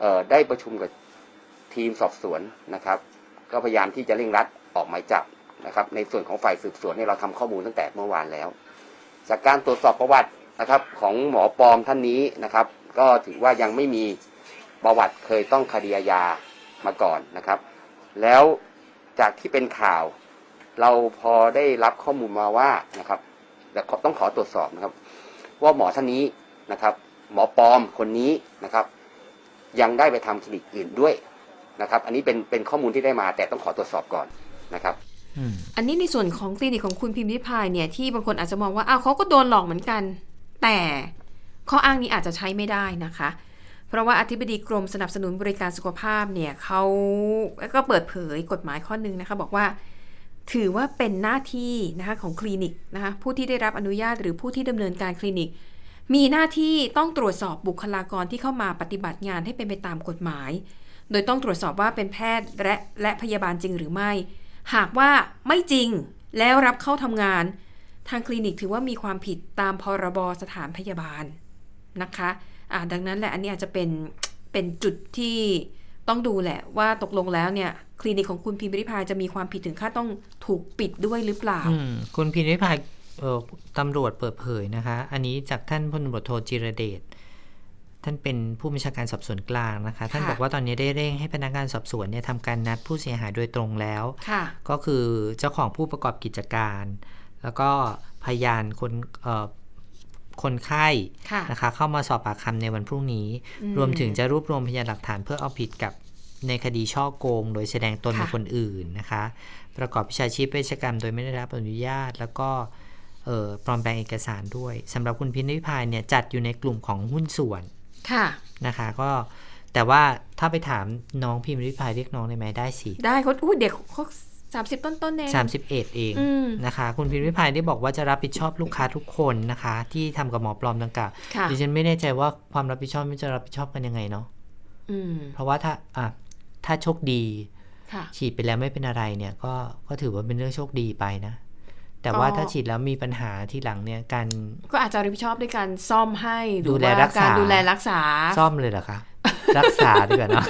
Speaker 6: เอ่อได้ประชุมกับทีมสอบสวนนะครับ ก็พยายามที่จะเร่งรัดออกหมายจับนะครับ ในส่วนของฝ่ายสืบสวนเนี่ยเราทำข้อมูลตั้งแต่เมื่อวานแล้ว จากการตรวจสอบประวัตินะครับ ของหมอปลอมท่านนี้นะครับ ก็ถือว่ายังไม่มีประวัติเคยต้องคดีอาญามาก่อนนะครับ แล้วจากที่เป็นข่าว เราพอได้รับข้อมูลมาว่านะครับแต่ขอต้องขอตรวจสอบนะครับ ว่าหมอท่านนี้นะครับ หมอปลอมคนนี้นะครับ ยังได้ไปทำคลินิกอื่นด้วยนะครับ อันนี้เป็นเป็นข้อมูลที่ได้มาแต่ต้องขอตรวจสอบก่อนนะครับ
Speaker 2: อืม
Speaker 3: อันนี้ในส่วนของคลินิกของคุณพิมพ์ริพายเนี่ยที่บางคนอาจจะมองว่าอ้าวเขาก็โดนหลอกเหมือนกัน แต่ข้ออ้างนี้อาจจะใช้ไม่ได้นะคะ เพราะว่าอธิบดีกรมสนับสนุนบริการสุขภาพเนี่ยเขาก็เปิดเผยกฎหมายข้อหนึ่งนะคะ บอกว่า ถือว่าเป็นหน้าที่นะคะของคลินิกนะคะผู้ที่ได้รับอนุญาตหรือผู้ที่ดำเนินการคลินิก มีหน้าที่ต้องตรวจสอบบุคลากรที่เข้ามาปฏิบัติงานให้เป็นไปตามกฎหมาย โดยต้องตรวจสอบว่าเป็นแพทย์และและพยาบาลจริงหรือไม่ หากว่าไม่จริงแล้วรับเข้าทำงาน ทางคลินิกถือว่ามีความผิดตามพรบสถานพยาบาลนะคะอ่าดังนั้นแหละอันนี้อาจจะเป็นเป็นจุดที่ต้องดูแหละว่าตกลงแล้วเนี่ยคลินิกของคุณพิมพ์ริพายจะมีความผิดถึงขั้นต้องถูกปิดด้วยหรือเปล่า
Speaker 2: อืมคุณพินิพายเอ่อตำรวจเปิดเผยนะคะ อันนี้จากท่านพลตำรวจโทจิรเดชท่านเป็นผู้บัญชาการสอบสวนกลางนะคะ ท่าน
Speaker 3: ค่ะ
Speaker 2: บอกว่าตอนนี้ได้เร่งให้พนักงานสอบสวนเนี่ยทำการนัดผู้เสียหายโดยตรงแล้ว
Speaker 3: ค่ะ
Speaker 2: ก็คือเจ้าของผู้ประกอบกิจการ แล้วก็พยานคนเอ่อคนไข้
Speaker 3: ค่ะ
Speaker 2: นะคะเข้ามาสอบปากคำในวันพรุ่งนี้
Speaker 3: อืม
Speaker 2: รวมถึงจะรวบรวมพยานหลักฐานเพื่อเอาผิดกับในคดีช่อโกง โดยแสดงตนเป็น
Speaker 3: ค่ะ
Speaker 2: คนอื่นนะคะ ประกอบวิชาชีพเวชกรรมโดยไม่ได้รับอนุญาต แล้วก็เอ่อปลอมแปลงเอกสารด้วยสำหรับคุณพินวิพายเนี่ยจัดอยู่ในกลุ่มของหุ้นส่วน
Speaker 3: ค่ะ
Speaker 2: นะคะก็แต่ว่าถ้าไปถามน้องพิมพ์ริพายเรียกน้องได้ไหมได้สิ
Speaker 3: ได้เขาอู้เด็กเขาสามสิบต้นต้นๆเอง
Speaker 2: 31 เอง
Speaker 3: อืม
Speaker 2: นะคะ คุณพิมพิพายได้บอกว่าจะรับผิดชอบลูกค้าทุกคนนะคะ ที่ทำกับหมอปลอมดังกล่าว
Speaker 3: ค่ะ
Speaker 2: ดิฉันไม่แน่ใจว่าความรับผิดชอบไม่จะรับผิดชอบกันยังไงเนาะ
Speaker 3: อืม
Speaker 2: เพราะว่าถ้าอ่ะถ้าโชคดี
Speaker 3: ค่ะ
Speaker 2: ฉีดไปแล้วไม่เป็นอะไรเนี่ยก็ก็ถือว่าเป็นเรื่องโชคดีไปนะ แต่ว่าถ้าฉีดแล้วมีปัญหาที่หลังเนี่ยการ
Speaker 3: ก็อาจจะรับผิดชอบด้วยการซ่อมให้หรือ
Speaker 2: ดูแล
Speaker 3: ว่า
Speaker 2: รักษา
Speaker 3: การดูแลรักษา
Speaker 2: ซ่อม เลยเหรอคะ รักษาดีกว่าเนาะ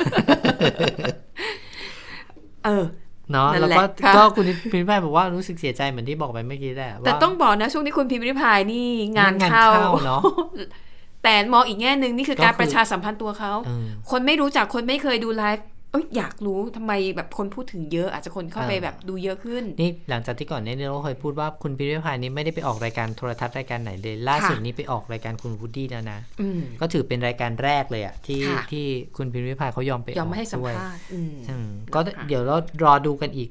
Speaker 3: เออ
Speaker 2: เนาะ
Speaker 3: นั่น
Speaker 2: แล้ว
Speaker 3: แหละ
Speaker 2: ก็
Speaker 3: ค่ะ
Speaker 2: ก็คุณพิมพ์ไปบอกว่ารู้สึกเสียใจเหมือนที่บอกไปเมื่อกี้แหละ
Speaker 3: แต่
Speaker 2: ว่า
Speaker 3: ต้องบอกนะช่วงนี้คุณพิมพ์ริพายนี่งาน
Speaker 2: งาน
Speaker 3: เข้า
Speaker 2: เข้าเนอะ
Speaker 3: แต่มองอีกแง่หนึ่งนี่คือการ
Speaker 2: ก็คือ
Speaker 3: ประชาสัมพันธ์ตัวเขา
Speaker 2: เออ
Speaker 3: คนไม่รู้จักคนไม่เคยดูไลฟ์เอ้ยอยากรู้ทำไมแบบคนพูดถึงเยอะ อาจจะคนเข้าไป
Speaker 2: เออ
Speaker 3: แบบดูเยอะขึ้น
Speaker 2: นี่หลังจากที่ก่อนเนี่ยเราเคยพูดว่าคุณพิมพ์ริพายนี่ไม่ได้ไปออกรายการโทรทัศน์รายการไหนเลย ล่าสุดนี้ไปออกรายการคุณวูดดี้แล้วนะ
Speaker 3: อืม
Speaker 2: ก็ถือเป็นรายการแรกเลยอ่ะที่
Speaker 3: ค่ะ
Speaker 2: ที่คุณพิมพ์ริพายเขายอมไป
Speaker 3: ยอมไม่ให้สัม
Speaker 2: ด้วย
Speaker 3: ภาษณ์อืม
Speaker 2: อืมก็
Speaker 3: นะคะ
Speaker 2: เดี๋ยวเรารอดูกันอีก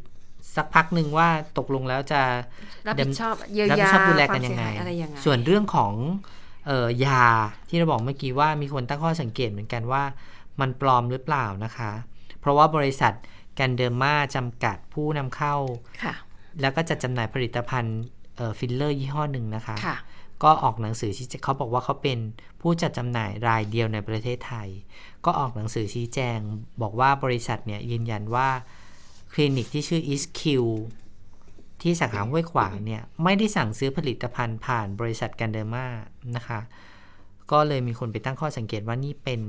Speaker 2: สักพักหนึ่งว่าตกลงแล้วจะ
Speaker 3: รับผิดชอบเยีย
Speaker 2: รั
Speaker 3: ว
Speaker 2: ผิด
Speaker 3: ยา
Speaker 2: ชอบดูแลกันยังไง
Speaker 3: ความเสีหาอะไรยังไง
Speaker 2: ส่วนเรื่องของเอ่อยาที่เราบอกเมื่อกี้ว่ามีคนตั้งข้อสังเกตเหมือนกันว่า มันปลอมหรือเปล่านะคะ เพราะว่าบริษัทแกันเดอร์มาจำกัดผู้นำเข้า
Speaker 3: ค่ะ
Speaker 2: แล้วก็จะจำหน่ายผลิตภัณฑ์เอ่อฟิลเลอร์ยี่ห้อหนึ่งนะคะ
Speaker 3: ค่ะ
Speaker 2: ก็ออกหนังสือชี้แจงเขาบอกว่าเขาเป็นผู้จัดจำหน่ายรายเดียวในประเทศไทย ก็ออกหนังสือชี้แจง บอกว่าบริษัทเนี่ยยืนยันว่าคลินิกที่ชื่อ ISQ ที่สาขาห้วยขวางเนี่ย ไม่ได้สั่งซื้อผลิตภัณฑ์ผ่านบริษัทกันเดอร์มานะคะ ก็เลยมีคนไปตั้งข้อสังเกตว่านี่เป็น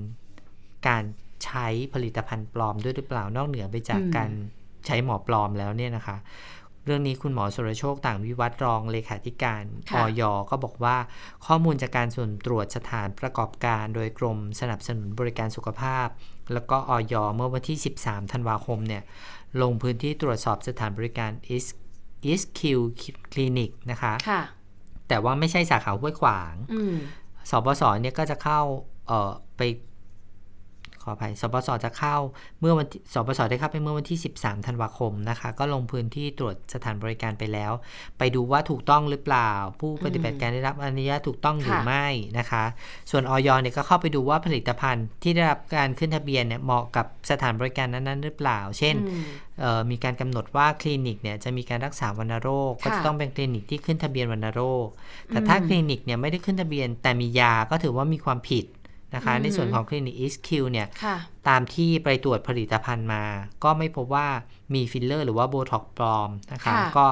Speaker 2: การใช้ผลิตภัณฑ์ปลอมด้วยหรือเปล่านอกเหนือไปจาก
Speaker 3: อืม
Speaker 2: การใช้หมอปลอมแล้วเนี่ยนะคะ เรื่องนี้คุณหมอสุรโชคต่างวิวัตรรองเลขาธิการอ
Speaker 3: ค่ะ
Speaker 2: อยก็บอกว่าข้อมูลจากการส่วนตรวจสถานประกอบการ โดยกรมสนับสนุนบริการสุขภาพ แล้วก็ออยเมื่อวันที่ 13 ธันวาคมเนี่ย ลงพื้นที่ตรวจสอบสถานบริการ Is- ISQ Clinic นะคะ
Speaker 3: ค่ะ
Speaker 2: แต่ว่าไม่ใช่สาขาห้วยขวาง
Speaker 3: อืม
Speaker 2: สบสเนี่ยก็จะเข้าเอ่อไปขออภัยสบสจะเข้าเมื่อวันที่สบสได้เข้าไปเมื่อวันที่ 13 ธันวาคมนะคะ ก็ลงพื้นที่ตรวจสถานบริการไปแล้ว ไปดูว่าถูกต้องหรือเปล่า ผู้ปฏิบัติการได้รับอนุญาตถูกต้องหรือ
Speaker 3: ค่ะ
Speaker 2: ไม่นะคะ ส่วนออยเนี่ยก็เข้าไปดูว่าผลิตภัณฑ์ที่ได้รับการขึ้นทะเบียนเนี่ยเหมาะกับสถานบริการนั้นๆ หรือเปล่า เช่น
Speaker 3: อืม
Speaker 2: เอ่อมีการกำหนดว่าคลินิกเนี่ยจะมีการรักษาวัณโรค ก็
Speaker 3: ค่ะ
Speaker 2: จะต้องเป็นคลินิกที่ขึ้นทะเบียนวัณโรค แต่ถ้า
Speaker 3: อืม
Speaker 2: คลินิกเนี่ยไม่ได้ขึ้นทะเบียนแต่มียาก็ถือว่ามีความผิดนะคะ
Speaker 3: อืม
Speaker 2: ในส่วนของคลินิก SQ เนี่ย
Speaker 3: ค่ะ
Speaker 2: ตามที่ไปตรวจผลิตภัณฑ์มา ก็ไม่พบว่ามีฟิลเลอร์หรือว่าโบท็อกปลอมนะคะ
Speaker 3: ค่ะ
Speaker 2: ก็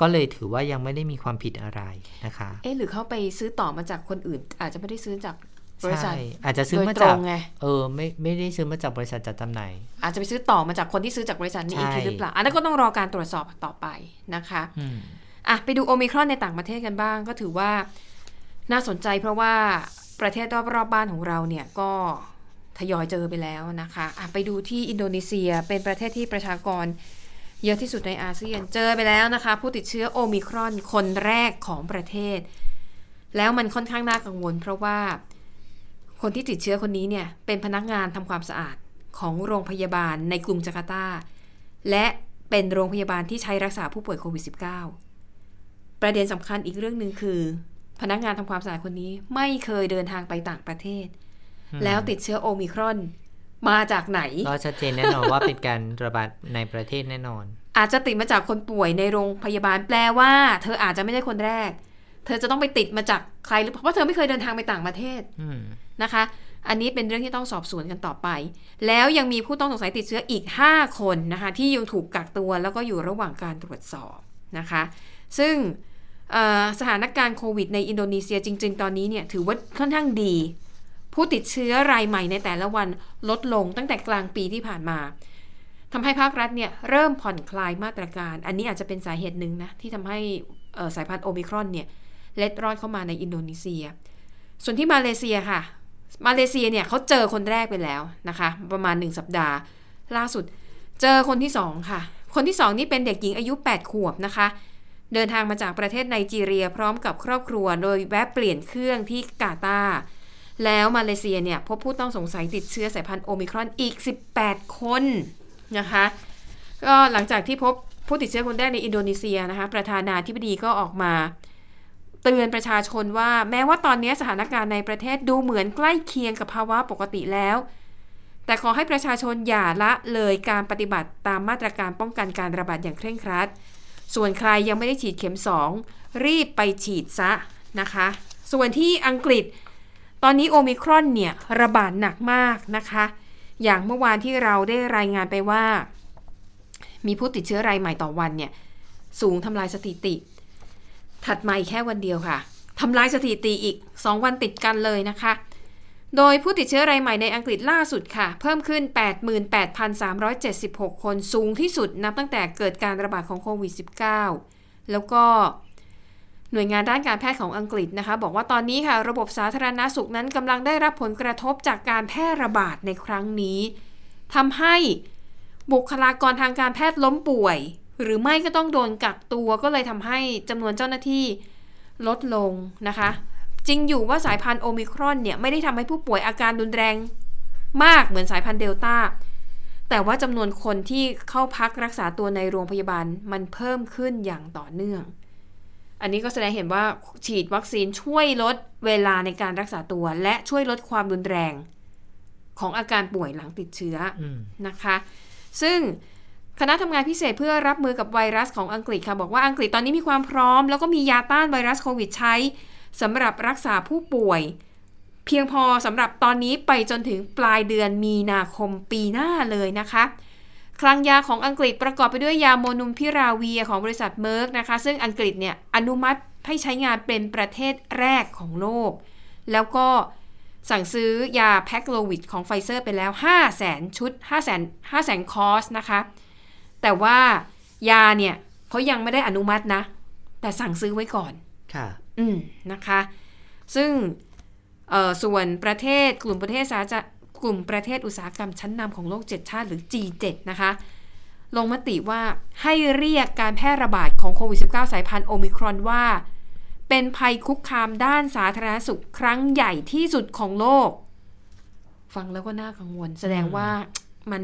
Speaker 2: ก็เลยถือว่ายังไม่ได้มีความผิดอะไรนะคะ
Speaker 3: เอ๊ะหรือเขาไปซื้อต่อมาจากคนอื่น อาจจะไม่ได้ซื้อจากบริษั
Speaker 2: ใช่
Speaker 3: ท
Speaker 2: อาจจะซื้อ
Speaker 3: โดย
Speaker 2: มา
Speaker 3: ตร
Speaker 2: จาก
Speaker 3: งไง
Speaker 2: เออไม่ไม่ได้ซื้อมาจากบริษัทจัดจำหน่าย
Speaker 3: อาจจะไปซื้อต่อมาจากคนที่ซื้อจากบริษัทนี้อีกที
Speaker 2: ใช่
Speaker 3: หรือเปล่า อันนั้นก็ต้องรอการตรวจสอบต่อไปนะคะ
Speaker 2: อืม
Speaker 3: อ่ะไปดูโอมิครอนในต่างประเทศกันบ้าง ก็ถือว่าน่าสนใจเพราะว่าประเทศรอบๆบบ้านของเราเนี่ยก็ทยอยเจอไปแล้วนะคะอ่ะไปดูที่อินโดนีเซียเป็นประเทศที่ประชากรเยอะที่สุดในอาเซียนเจอไปแล้วนะคะ ผู้ติดเชื้อโอมิครอนคนแรกของประเทศ แล้วมันค่อนข้างน่ากังวล เพราะว่าคนที่ติดเชื้อคนนี้เนี่ยเป็นพนักงานทำความสะอาดของโรงพยาบาลในกรุงจาการ์ตา และเป็นโรงพยาบาลที่ใช้รักษาผู้ป่วยโควิด -19 ประเด็นสำคัญอีกเรื่องหนึ่งคือ พนักงานทำความสะอาดคนนี้ไม่เคยเดินทางไปต่างประเทศ
Speaker 2: อืม
Speaker 3: แล้วติดเชื้อโอมิครอนมาจากไหน
Speaker 2: ก็ชัดเจนแน่นอนว่าเป็นการระบาดในประเทศแน่นอน
Speaker 3: อาจจะติดมาจากคนป่วยในโรงพยาบาลแปลว่า เธออาจจะไม่ใช่คนแรก เธอจะต้องไปติดมาจากใครหรือเปล่าเพราะเธอไม่เคยเดินทางไปต่างประเทศ
Speaker 2: อืม
Speaker 3: นะคะ อันนี้เป็นเรื่องที่ต้องสอบสวนกันต่อไป แล้วยังมีผู้ต้องสงสัยติดเชื้ออีก 5 คนนะคะ ที่ยังถูกกักตัวแล้วก็อยู่ระหว่างการตรวจสอบนะคะ ซึ่งเอ่อสถานการณ์โควิดในอินโดนีเซียจริง ๆ ตอนนี้เนี่ยถือว่าค่อนข้างดี ผู้ติดเชื้อรายใหม่ในแต่ละวันลดลงตั้งแต่กลางปีที่ผ่านมาทำให้ภาครัฐเนี่ยเริ่มผ่อนคลายมาตรการ อันนี้อาจจะเป็นสาเหตุหนึ่งนะที่ทำให้เอ่อสายพันธุ์โอมิครอนเนี่ยเล็ดรอดเข้ามาในอินโดนีเซีย ส่วนที่มาเลเซียค่ะ มาเลเซียเนี่ยเขาเจอคนแรกไปแล้วนะคะ ประมาณ 1 สัปดาห์ ล่าสุดเจอคนที่ 2 ค่ะ คนที่ 2 นี่เป็นเด็กหญิงอายุ 8 ขวบนะคะ เดินทางมาจากประเทศไนจีเรียพร้อมกับครอบครัว โดยแวะเปลี่ยนเครื่องที่กาตาร์แล้วมาเลเซียเนี่ยพบผู้ต้องสงสัยติดเชื้อสายพันธุ์โอมิครอนอีก 18 คนนะคะ ก็หลังจากที่พบผู้ติดเชื้อคนแรกในอินโดนีเซียนะคะ ประธานาธิบดีก็ออกมา เตือนประชาชนว่าแม้ว่าตอนนี้สถานการณ์ในประเทศดูเหมือนใกล้เคียงกับภาวะปกติแล้ว แต่ขอให้ประชาชนอย่าละเลยการปฏิบัติตามมาตรการป้องกันการระบาดอย่างเคร่งครัด ส่วนใครยังไม่ได้ฉีดเข็ม 2 รีบไปฉีดซะนะคะ ส่วนที่อังกฤษ ตอนนี้โอมิครอนเนี่ยระบาดหนักมากนะคะ อย่างเมื่อวานที่เราได้รายงานไปว่า มีผู้ติดเชื้อรายใหม่ต่อวันเนี่ยสูงทำลายสถิติ ถัดมาอีกแค่วันเดียวค่ะ ทำลายสถิติอีก 2 วันติดกันเลยนะคะ โดยผู้ติดเชื้อรายใหม่ในอังกฤษล่าสุดค่ะ เพิ่มขึ้น 88,376 คนสูงที่สุดนับตั้งแต่เกิดการระบาดของโควิด -19 แล้วก็หน่วยงานด้านการแพทย์ของอังกฤษนะคะ บอกว่าตอนนี้ค่ะ ระบบสาธารณาสุขนั้นกำลังได้รับผลกระทบจากการแพร่ระบาดในครั้งนี้ทำให้ บุคลากรทางการแพทย์ล้มป่วย หรือไม่ก็ต้องโดนกักตัวก็เลยทำให้จำนวนเจ้าหน้าที่ลดลงนะคะ จริงอยู่ว่าสายพันธุ์โอมิครอนเนี่ย ไม่ได้ทำให้ผู้ป่วยอาการรุนแรงมากเหมือนสายพันธุ์เดลต้า แต่ว่าจำนวนคนที่เข้าพักรักษาตัวในโรงพยาบาลมันเพิ่มขึ้นอย่างต่อเนื่อง อันนี้ก็แสดงเห็นว่าฉีดวัคซีนช่วยลดเวลาในการรักษาตัว และช่วยลดความรุนแรงของอาการป่วยหลังติดเชื้อ
Speaker 2: อืม
Speaker 3: นะคะ ซึ่งคณะทำงานพิเศษเพื่อรับมือกับไวรัสของอังกฤษค่ะ บอกว่าอังกฤษตอนนี้มีความพร้อม แล้วก็มียาต้านไวรัสโควิดใช้สำหรับรักษาผู้ป่วย เพียงพอสำหรับตอนนี้ไปจนถึงปลายเดือนมีนาคมปีหน้าเลยนะคะ คลังยาของอังกฤษประกอบไปด้วยยาโมนุมพิราเวียของบริษัทเมอร์กนะคะ ซึ่งอังกฤษเนี่ยอนุมัติให้ใช้งานเป็นประเทศแรกของโลก แล้วก็ สั่งซื้อยาแพคโลวิดของไฟเซอร์ไปแล้ว 5 0 0 0 0 0 ชุด 5 0 0 0 0 0 0 คอร์สนะคะ แต่ว่ายาเนี่ยเขายังไม่ได้อนุมัตินะ แต่สั่งซื้อไว้ก่อน
Speaker 2: ค่ะ
Speaker 3: อืมนะคะ ซึ่งเอ่อส่วนประเทศกลุ่มประเทศสาจะกลุ่มประเทศอุตสาหกรรมชั้นนำของโลก 7 ชาติหรือ G7 นะคะ ลงมติว่าให้เรียกการแพร่ระบาดของโควิด -19 สายพันธุ์โอมิครอนว่า เป็นภัยคุกคามด้านสาธารณสุขครั้งใหญ่ที่สุดของโลก ฟังแล้วก็น่ากังวล แสดงว่ามัน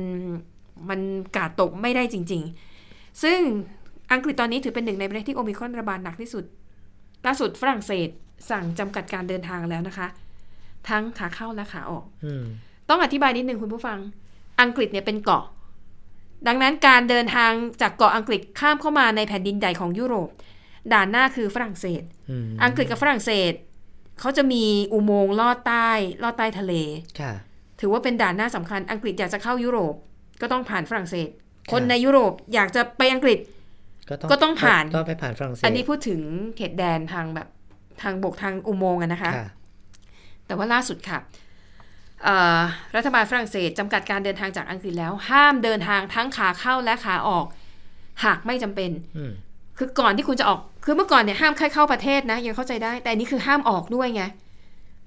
Speaker 3: มันกาดตกไม่ได้จริง ๆ ซึ่งอังกฤษตอนนี้ถือเป็นหนึ่งในประเทศที่โอมิครอนระบาดหนักที่สุด ล่าสุดฝรั่งเศสสั่งจำกัดการเดินทางแล้วนะคะ ทั้งขาเข้าและขาออก
Speaker 2: อืม
Speaker 3: ต้องอธิบายนิดนึงคุณผู้ฟัง อังกฤษเนี่ยเป็นเกาะ ดังนั้นการเดินทางจากเกาะอังกฤษข้ามเข้ามาในแผ่นดินใหญ่ของยุโรป ด่านหน้าคือฝรั่งเศส
Speaker 2: อืม
Speaker 3: อังกฤษกับฝรั่งเศสเขาจะมีอุโมงค์ลอดใต้ลอดใต้ทะเล
Speaker 2: ค่ะ
Speaker 3: ถือว่าเป็นด่านหน้าสำคัญ อังกฤษอยากจะเข้ายุโรป ก็ต้องผ่านฝรั่งเศส คนในยุโรปอยากจะไปอังกฤษ ก็ต้องผ่าน
Speaker 2: ต้องไปผ่านฝรั่งเศส
Speaker 3: อันนี้พูดถึงเขตแดนทางแบบทางบกทางอุโมงค์อะนะคะ
Speaker 2: ค่ะ
Speaker 3: แต่ว่าล่าสุดค่ะเอ่อรัฐบาลฝรั่งเศสจำกัดการเดินทางจากอังกฤษแล้ว ห้ามเดินทางทั้งขาเข้าและขาออก หากไม่จำเป็น
Speaker 2: อืม
Speaker 3: คือก่อนที่คุณจะออกคือเมื่อก่อนเนี่ยห้ามแค่เข้าประเทศนะยังเข้าใจได้ แต่อันนี้คือห้ามออกด้วยไง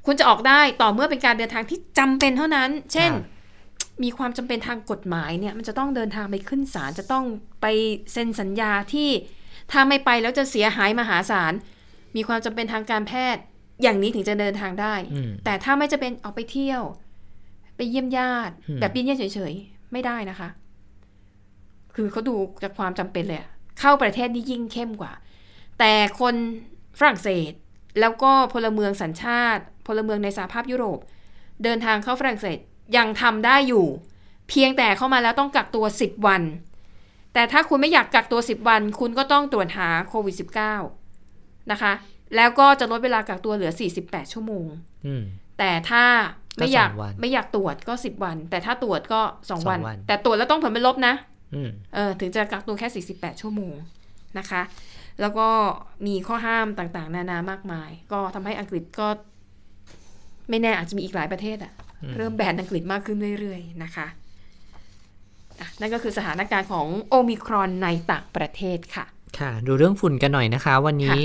Speaker 3: คุณจะออกได้ต่อเมื่อเป็นการเดินทางที่จำเป็นเท่านั้น เช่น
Speaker 2: ค่ะ
Speaker 3: มีความจำเป็นทางกฎหมายเนี่ยมันจะต้องเดินทางไปขึ้นศาลจะต้องไปเซ็นสัญญาที่ถ้าไม่ไปแล้วจะเสียหายมหาศาลมีความจำเป็นทางการแพทย์ อย่างนี้ถึงจะเดินทางได้
Speaker 2: อืม
Speaker 3: แต่ถ้าไม่จะเป็นออกไปเที่ยว ไปเยี่ยมญาติ
Speaker 2: อืม
Speaker 3: แบบไปเยี่ยมเฉยๆ ไม่ได้นะคะ คือเขาดูจากความจำเป็นเลยอะเข้าประเทศนี่ยิ่งเข้มกว่า แต่คนฝรั่งเศส แล้วก็พลเมืองสัญชาติ พลเมืองในสหภาพยุโรป เดินทางเข้าฝรั่งเศสยังทำได้อยู่ เพียงแต่เข้ามาแล้วต้องกักตัว 10 วัน แต่ถ้าคุณไม่อยากกักตัว 10 วัน คุณก็ต้องตรวจหาโควิด -19 นะคะ แล้วก็จะลดเวลากักตัวเหลือ 48 ชั่วโมง
Speaker 2: อืม
Speaker 3: แต่ถ้าไม่อยาก
Speaker 2: ก็สองวัน
Speaker 3: ไม่อยากตรวจก็สิบวัน แต่ถ้าตรวจก็สอง
Speaker 2: สอง
Speaker 3: วัน
Speaker 2: วัน
Speaker 3: แต่ตรวจแล้วต้องผลเป็นลบนะ
Speaker 2: อืม
Speaker 3: เออถึงจะกักตัวแค่ 48 ชั่วโมงนะคะ แล้วก็มีข้อห้ามต่างๆ นานามากมาย ก็ทำให้อังกฤษก็ ไม่แน่อาจจะมีอีกหลายประเทศอะ
Speaker 2: อืม
Speaker 3: เริ่มแบนอังกฤษมากขึ้นเรื่อยๆนะคะอ่ะนั่นก็คือสถานการณ์ของโอมิครอนในต่างประเทศค่ะ
Speaker 2: ค่ะ ดูเรื่องฝุ่นกันหน่อยนะคะ วันนี้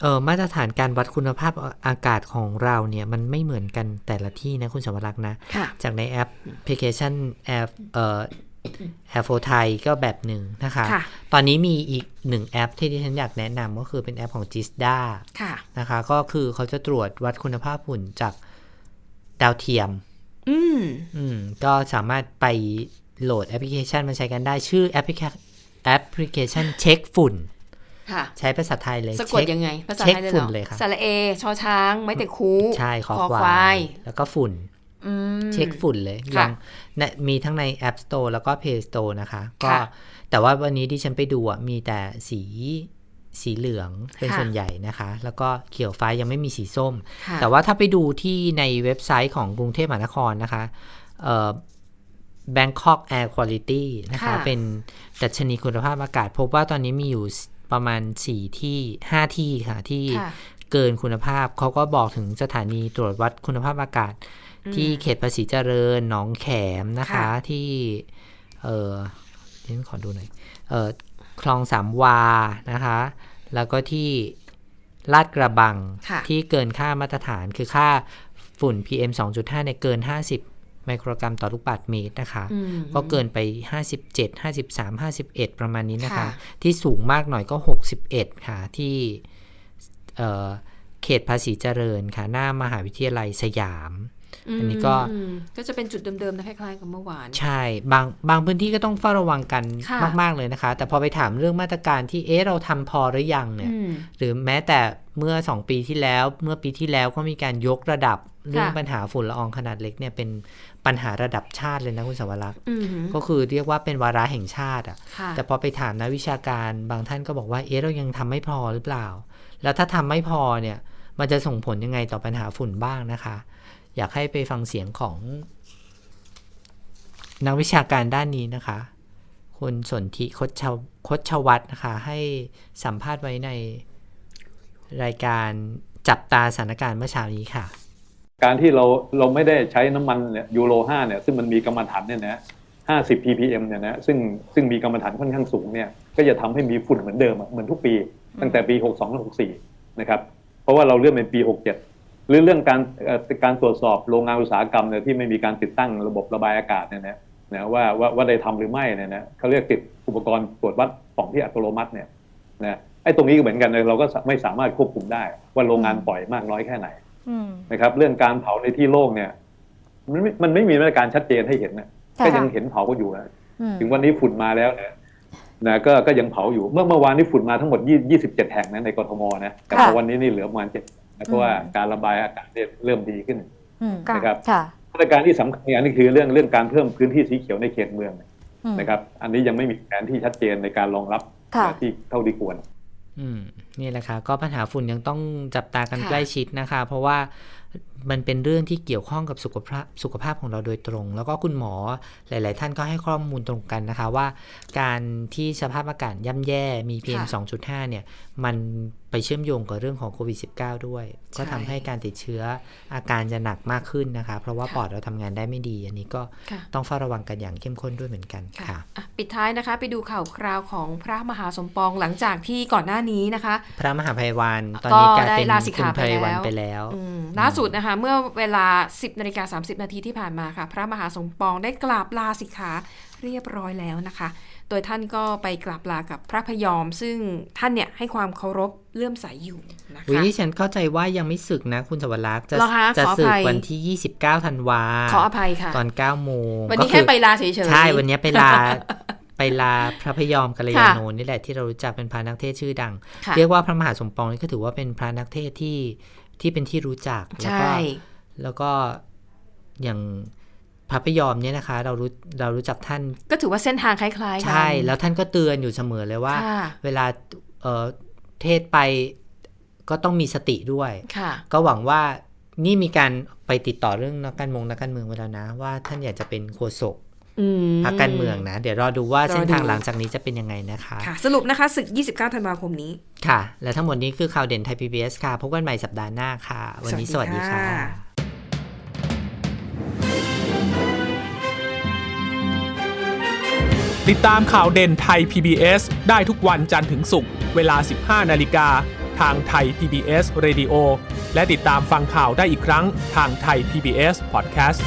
Speaker 2: เอ่อมาตรฐานการวัดคุณภาพอากาศของเราเนี่ย มันไม่เหมือนกันแต่ละที่นะคุณสวรักษ์นะ
Speaker 3: ค่ะ
Speaker 2: จากในแอปพลิเคชันแอปเอ่อแอปโฟไทยก็แบบหนึ่งนะคะ
Speaker 3: ค่ะ
Speaker 2: ตอนนี้มีอีกหนึ่งแอปที่ดิฉันอยากแนะนำก็คือเป็นแอปของ g i s d a
Speaker 3: ค่ะ
Speaker 2: นะคะ ก็คือเขาจะตรวจวัดคุณภาพฝุ่นจากดาวเทียม
Speaker 3: อืม
Speaker 2: อืม ก็สามารถไปโหลดแอปพลิเคชันมาใช้กันได้ชื่อแอปพลิเคแอปพลิเคชันเช็คฝุ่น
Speaker 3: ค่ะ
Speaker 2: ใช้ภาษาไทยเลย
Speaker 3: สะกด
Speaker 2: เช็ค
Speaker 3: ยังไง ภาษา
Speaker 2: เช็ค
Speaker 3: ไทยเลย
Speaker 2: ฝุ่น
Speaker 3: เหรอ
Speaker 2: เลยครับ
Speaker 3: สระเอ ชอช้าง ไม้แต่คู
Speaker 2: ใช่คอ
Speaker 3: คอคว
Speaker 2: คาว
Speaker 3: าย ย
Speaker 2: แล้วก็ฝุ่น
Speaker 3: อืม
Speaker 2: เช็คฝุ่นเลยล
Speaker 3: ค่ะ
Speaker 2: องนะมีทั้งใน App Store แล้วก็ Play Store นะคะ ก็
Speaker 3: ค่ะ
Speaker 2: แต่ว่าวันนี้ที่ฉันไปดูอะมีแต่สีสีเหลืองเป็น
Speaker 3: ค่ะ
Speaker 2: ส่วนใหญ่นะคะ แล้วก็เขียวฟ้ายังไม่มีสีส้ม
Speaker 3: ค่ะ
Speaker 2: แต่ว่าถ้าไปดูที่ในเว็บไซต์ของกรุงเทพมหานครนะคะเอ่อ Bangkok Air Quality นะคะ
Speaker 3: ค่ะ
Speaker 2: เป็นดัชนีคุณภาพอากาศ พบว่าตอนนี้มีอยู่ประมาณ 4 ที่ 5 ที่ค่ะ ที่
Speaker 3: ค่ะ
Speaker 2: เกินคุณภาพ เขาก็บอกถึงสถานีตรวจวัดคุณภาพอากาศ
Speaker 3: อืม
Speaker 2: ที่เขตภาษีเจริญหนองแขมนะคะ
Speaker 3: ค่ะ
Speaker 2: ที่เออเดี๋ยวฉันขอดูหน่อยเออคลองสามวานะคะ แล้วก็ที่ลาดกระบัง
Speaker 3: ค่ะ
Speaker 2: ที่เกินค่ามาตรฐานคือค่าฝุ่น PM 2.5เนี่ยเกิน 50 ไมโครกรัมต่อลูกบาศก์เมตรนะคะ
Speaker 3: อืม
Speaker 2: ก็เกินไป 57 53 51 ประมาณนี้นะคะ
Speaker 3: ค่ะ
Speaker 2: ที่สูงมากหน่อยก็ 61 ค่ะ ที่เอ่อเขตภาษีเจริญค่ะ หน้ามหาวิทยาลัยสยาม อันนี้ก็
Speaker 3: อืมก็จะเป็นจุดเดิมๆนะคล้ายๆกับเมื่อวาน
Speaker 2: ใช่ บางบางพื้นที่ก็ต้องเฝ้าระวังกัน
Speaker 3: ค่ะ
Speaker 2: มาก ๆ เลยนะคะ แต่พอไปถามเรื่องมาตรการที่เอ๊ะเราทำพอหรือยังเนี่ย
Speaker 3: อืม
Speaker 2: หรือแม้แต่เมื่อ 2 ปีที่แล้ว เมื่อปีที่แล้วก็มีการยกระดับเรื่องปัญหาฝุ่นละอองขนาดเล็กเนี่ยเป็นปัญหาระดับชาติเลยนะคุณสวรักษ์
Speaker 3: อืม
Speaker 2: ก็คือเรียกว่าเป็นวาระแห่งชาติอ่ะ
Speaker 3: ค่ะ
Speaker 2: แต่พอไปถามนักวิชาการบางท่านก็บอกว่าเอ๊ะเรายังทำไม่พอหรือเปล่า แล้วถ้าทำไม่พอเนี่ยมันจะส่งผลยังไงต่อปัญหาฝุ่นบ้างนะคะ อยากให้ไปฟังเสียงของ นักวิชาการด้านนี้นะคะ คุณสนธิคดชาวคดชวัตนะคะ ให้สัมภาษณ์ไว้ในรายการจับตาสถานการณ์เมื่อเช้านี้ค่ะ
Speaker 7: การที่เราเราไม่ได้ใช้น้ำมันเนี่ยยูโร5เนี่ยซึ่งมันมีกำมะถันเนี่ยนะ50 ppm เนี่ยนะซึ่งซึ่งมีกำมะถันค่อนข้างสูงเนี่ยก็จะทำให้มีฝุ่นเหมือนเดิมอะเหมือนทุกปี ตั้งแต่ปี 62ถึง64 นะครับ เพราะว่าเราเลื่อนเป็นปี 67 หรือเรื่องการเอ่อการตรวจสอบโรงงานอุตสาหกรรมเนี่ยที่ไม่มีการติดตั้งระบบระบายอากาศเนี่ยนะนะว่าว่าว่าได้ทำหรือไม่เนี่ยนะเขาเรียกติดอุปกรณ์ตรวจวัดปล่องที่อัตโนมัติเนี่ยนะไอ้ตรงนี้ก็เหมือนกันเลยเราก็ไม่สามารถควบคุมได้ว่าโรงงานปล่อยมากน้อยแค่ไหน
Speaker 8: อืม
Speaker 7: นะครับเรื่องการเผาในที่โล่งเนี่ยมันไม่มันไม่มีมาตรการชัดเจนให้เห็นนะ
Speaker 8: ค่ะ
Speaker 7: ก็ยังเห็นเผาก็อยู่นะ
Speaker 8: อืม
Speaker 7: ถึงวันนี้ฝุ่นมาแล้วนะนะก็ก็ยังเผาอยู่เมื่อเมื่อวานนี้ฝุ่นมาทั้งหมดยี่สิบเจ็ดแห่งนะในกรทมนะแต่พอวันนี้นี่เหลือประมาณเจ็ดนะเพราะว่าการระบายอากาศเนี่ยเริ่มดีขึ้น
Speaker 8: อืม
Speaker 7: นะครับ
Speaker 8: ค่ะ
Speaker 7: มาตรการที่สำคัญอย่างนึงคือเรื่องเรื่องการเพิ่มพื้นที่สีเขียวในเขตเมือง
Speaker 8: อืม
Speaker 7: นะครับ อันนี้ยังไม่มีแผนที่ชัดเจนในการรองรับ
Speaker 8: ค่ะ
Speaker 7: ที่เท่าที่ควร
Speaker 2: อืมนี่แหละค่ะก็ปัญหาฝุ่นยังต้องจับตากัน
Speaker 3: ค่ะ
Speaker 2: ใกล้ชิดนะคะ เพราะว่ามันเป็นเรื่องที่เกี่ยวข้องกับสุขภาพสุขภาพของเราโดยตรง แล้วก็คุณหมอหลาย ๆ ท่านก็ให้ข้อมูลตรงกันนะคะว่า การที่สภาพอากาศย่ำแย่มี PM
Speaker 3: ค่ะ
Speaker 2: 2.5 เนี่ย มันไปเชื่อมโยงกับเรื่องของโควิด -19 ด้วย ก็ทำให้การติดเชื้ออาการจะหนักมากขึ้นนะคะ เพราะว่า
Speaker 3: ค่ะ
Speaker 2: ปอดเราทำงานได้ไม่ดี อันนี้ก็
Speaker 3: ค่ะ
Speaker 2: ต้องเฝ้าระวังกันอย่างเข้มข้นด้วยเหมือนกัน
Speaker 3: ค่ะ
Speaker 2: ค่ะ
Speaker 3: อ่ะ ปิดท้ายนะคะ ไปดูข่าวคราวของพระมหาสมปองหลังจากที่ก่อนหน้านี้นะคะ
Speaker 2: พระมหาภัยวันตอนนี้กลายเป็น
Speaker 3: ก็ได้ลาสิก
Speaker 2: คุ
Speaker 3: ขา
Speaker 2: ณ
Speaker 3: ไป
Speaker 2: ภัยวัน
Speaker 3: แล้ว
Speaker 2: ไปแล้ว
Speaker 3: อืมล่าสุดนะคะ เมื่อเวลา 10นาฬิกา30 นาทีที่ผ่านมาค่ะ พระมหาสมปองได้กราบลาสิกขาเรียบร้อยแล้วนะคะ โดยท่านก็ไปกราบลากับพระพยอม ซึ่งท่านเนี่ยให้ความเคารพเลื่อมใสยอยู่นะ
Speaker 2: วิ
Speaker 3: คะ
Speaker 2: ฉันเข้าใจว่ายังไม่สึกนะคุณสวรักษ์จะ
Speaker 3: เหรอคะ
Speaker 2: จะ
Speaker 3: ขออภัย
Speaker 2: สึกวันที่ 29ธันวา
Speaker 3: ขออภัยค่ะ
Speaker 2: ตอน9โมง
Speaker 3: วันนี้
Speaker 2: ก็อ
Speaker 3: แค่ไปลาเฉยๆ
Speaker 2: ใช่ วันนี้ไปลา ไปลาพระพยอมกัลยา
Speaker 3: ค่ะ
Speaker 2: โนนี่แหละที่เรารู้จักเป็นพระนักเทศน์ชื่อดัง
Speaker 3: ค่ะ
Speaker 2: เรียกว่าพระมหาสมปองนี่ก็ถือว่าเป็นพระนักเทศน์ที่ที่เป็นที่รู้จักแล้ว
Speaker 3: ใช่
Speaker 2: ก็ แล้วก็อย่างพระพยอมเนี่ยนะคะ เรารู้เรารู้จักท่าน
Speaker 3: ก็ถือว่าเส้นทางคล้ายๆกัน
Speaker 2: ใช่แล้วท่านก็เตือนอยู่เสมอเลยว่า
Speaker 3: ค่ะ
Speaker 2: เวลาเอ่อเทศน์ไปก็ต้องมีสติด้วย
Speaker 3: ค่ะ
Speaker 2: ก็หวังว่านี่มีการไปติดต่อเรื่องนักการเมืองนักการเมืองไว้แล้วนะ ว่าท่านอยากจะเป็นโฆษก
Speaker 3: อืม
Speaker 2: พรรคการเมืองนะ เดี๋ยวรอดูว่าร
Speaker 3: อดู
Speaker 2: เส้นทางหลังจากนี้จะเป็นยังไงนะคะ
Speaker 3: ค่ะ สรุปนะคะศึก 29 ธันวาคมนี้
Speaker 2: ค่ะ และทั้งหมดนี้คือข่าวเด่นไทยพีบีค่ะ พบกันใหม่สัปดาห์หน้าค่ะ วันนี้สวัสดีค่
Speaker 3: สวัสดี
Speaker 2: ะ
Speaker 3: ค่ะ
Speaker 1: ติดตามข่าวเด่นไทย PBS ได้ทุกวันจันทร์ถึงศุกร์เวลา 15 นาฬิกา ทางไทย PBS Radio และติดตามฟังข่าวได้อีกครั้งทางไทย PBS Podcast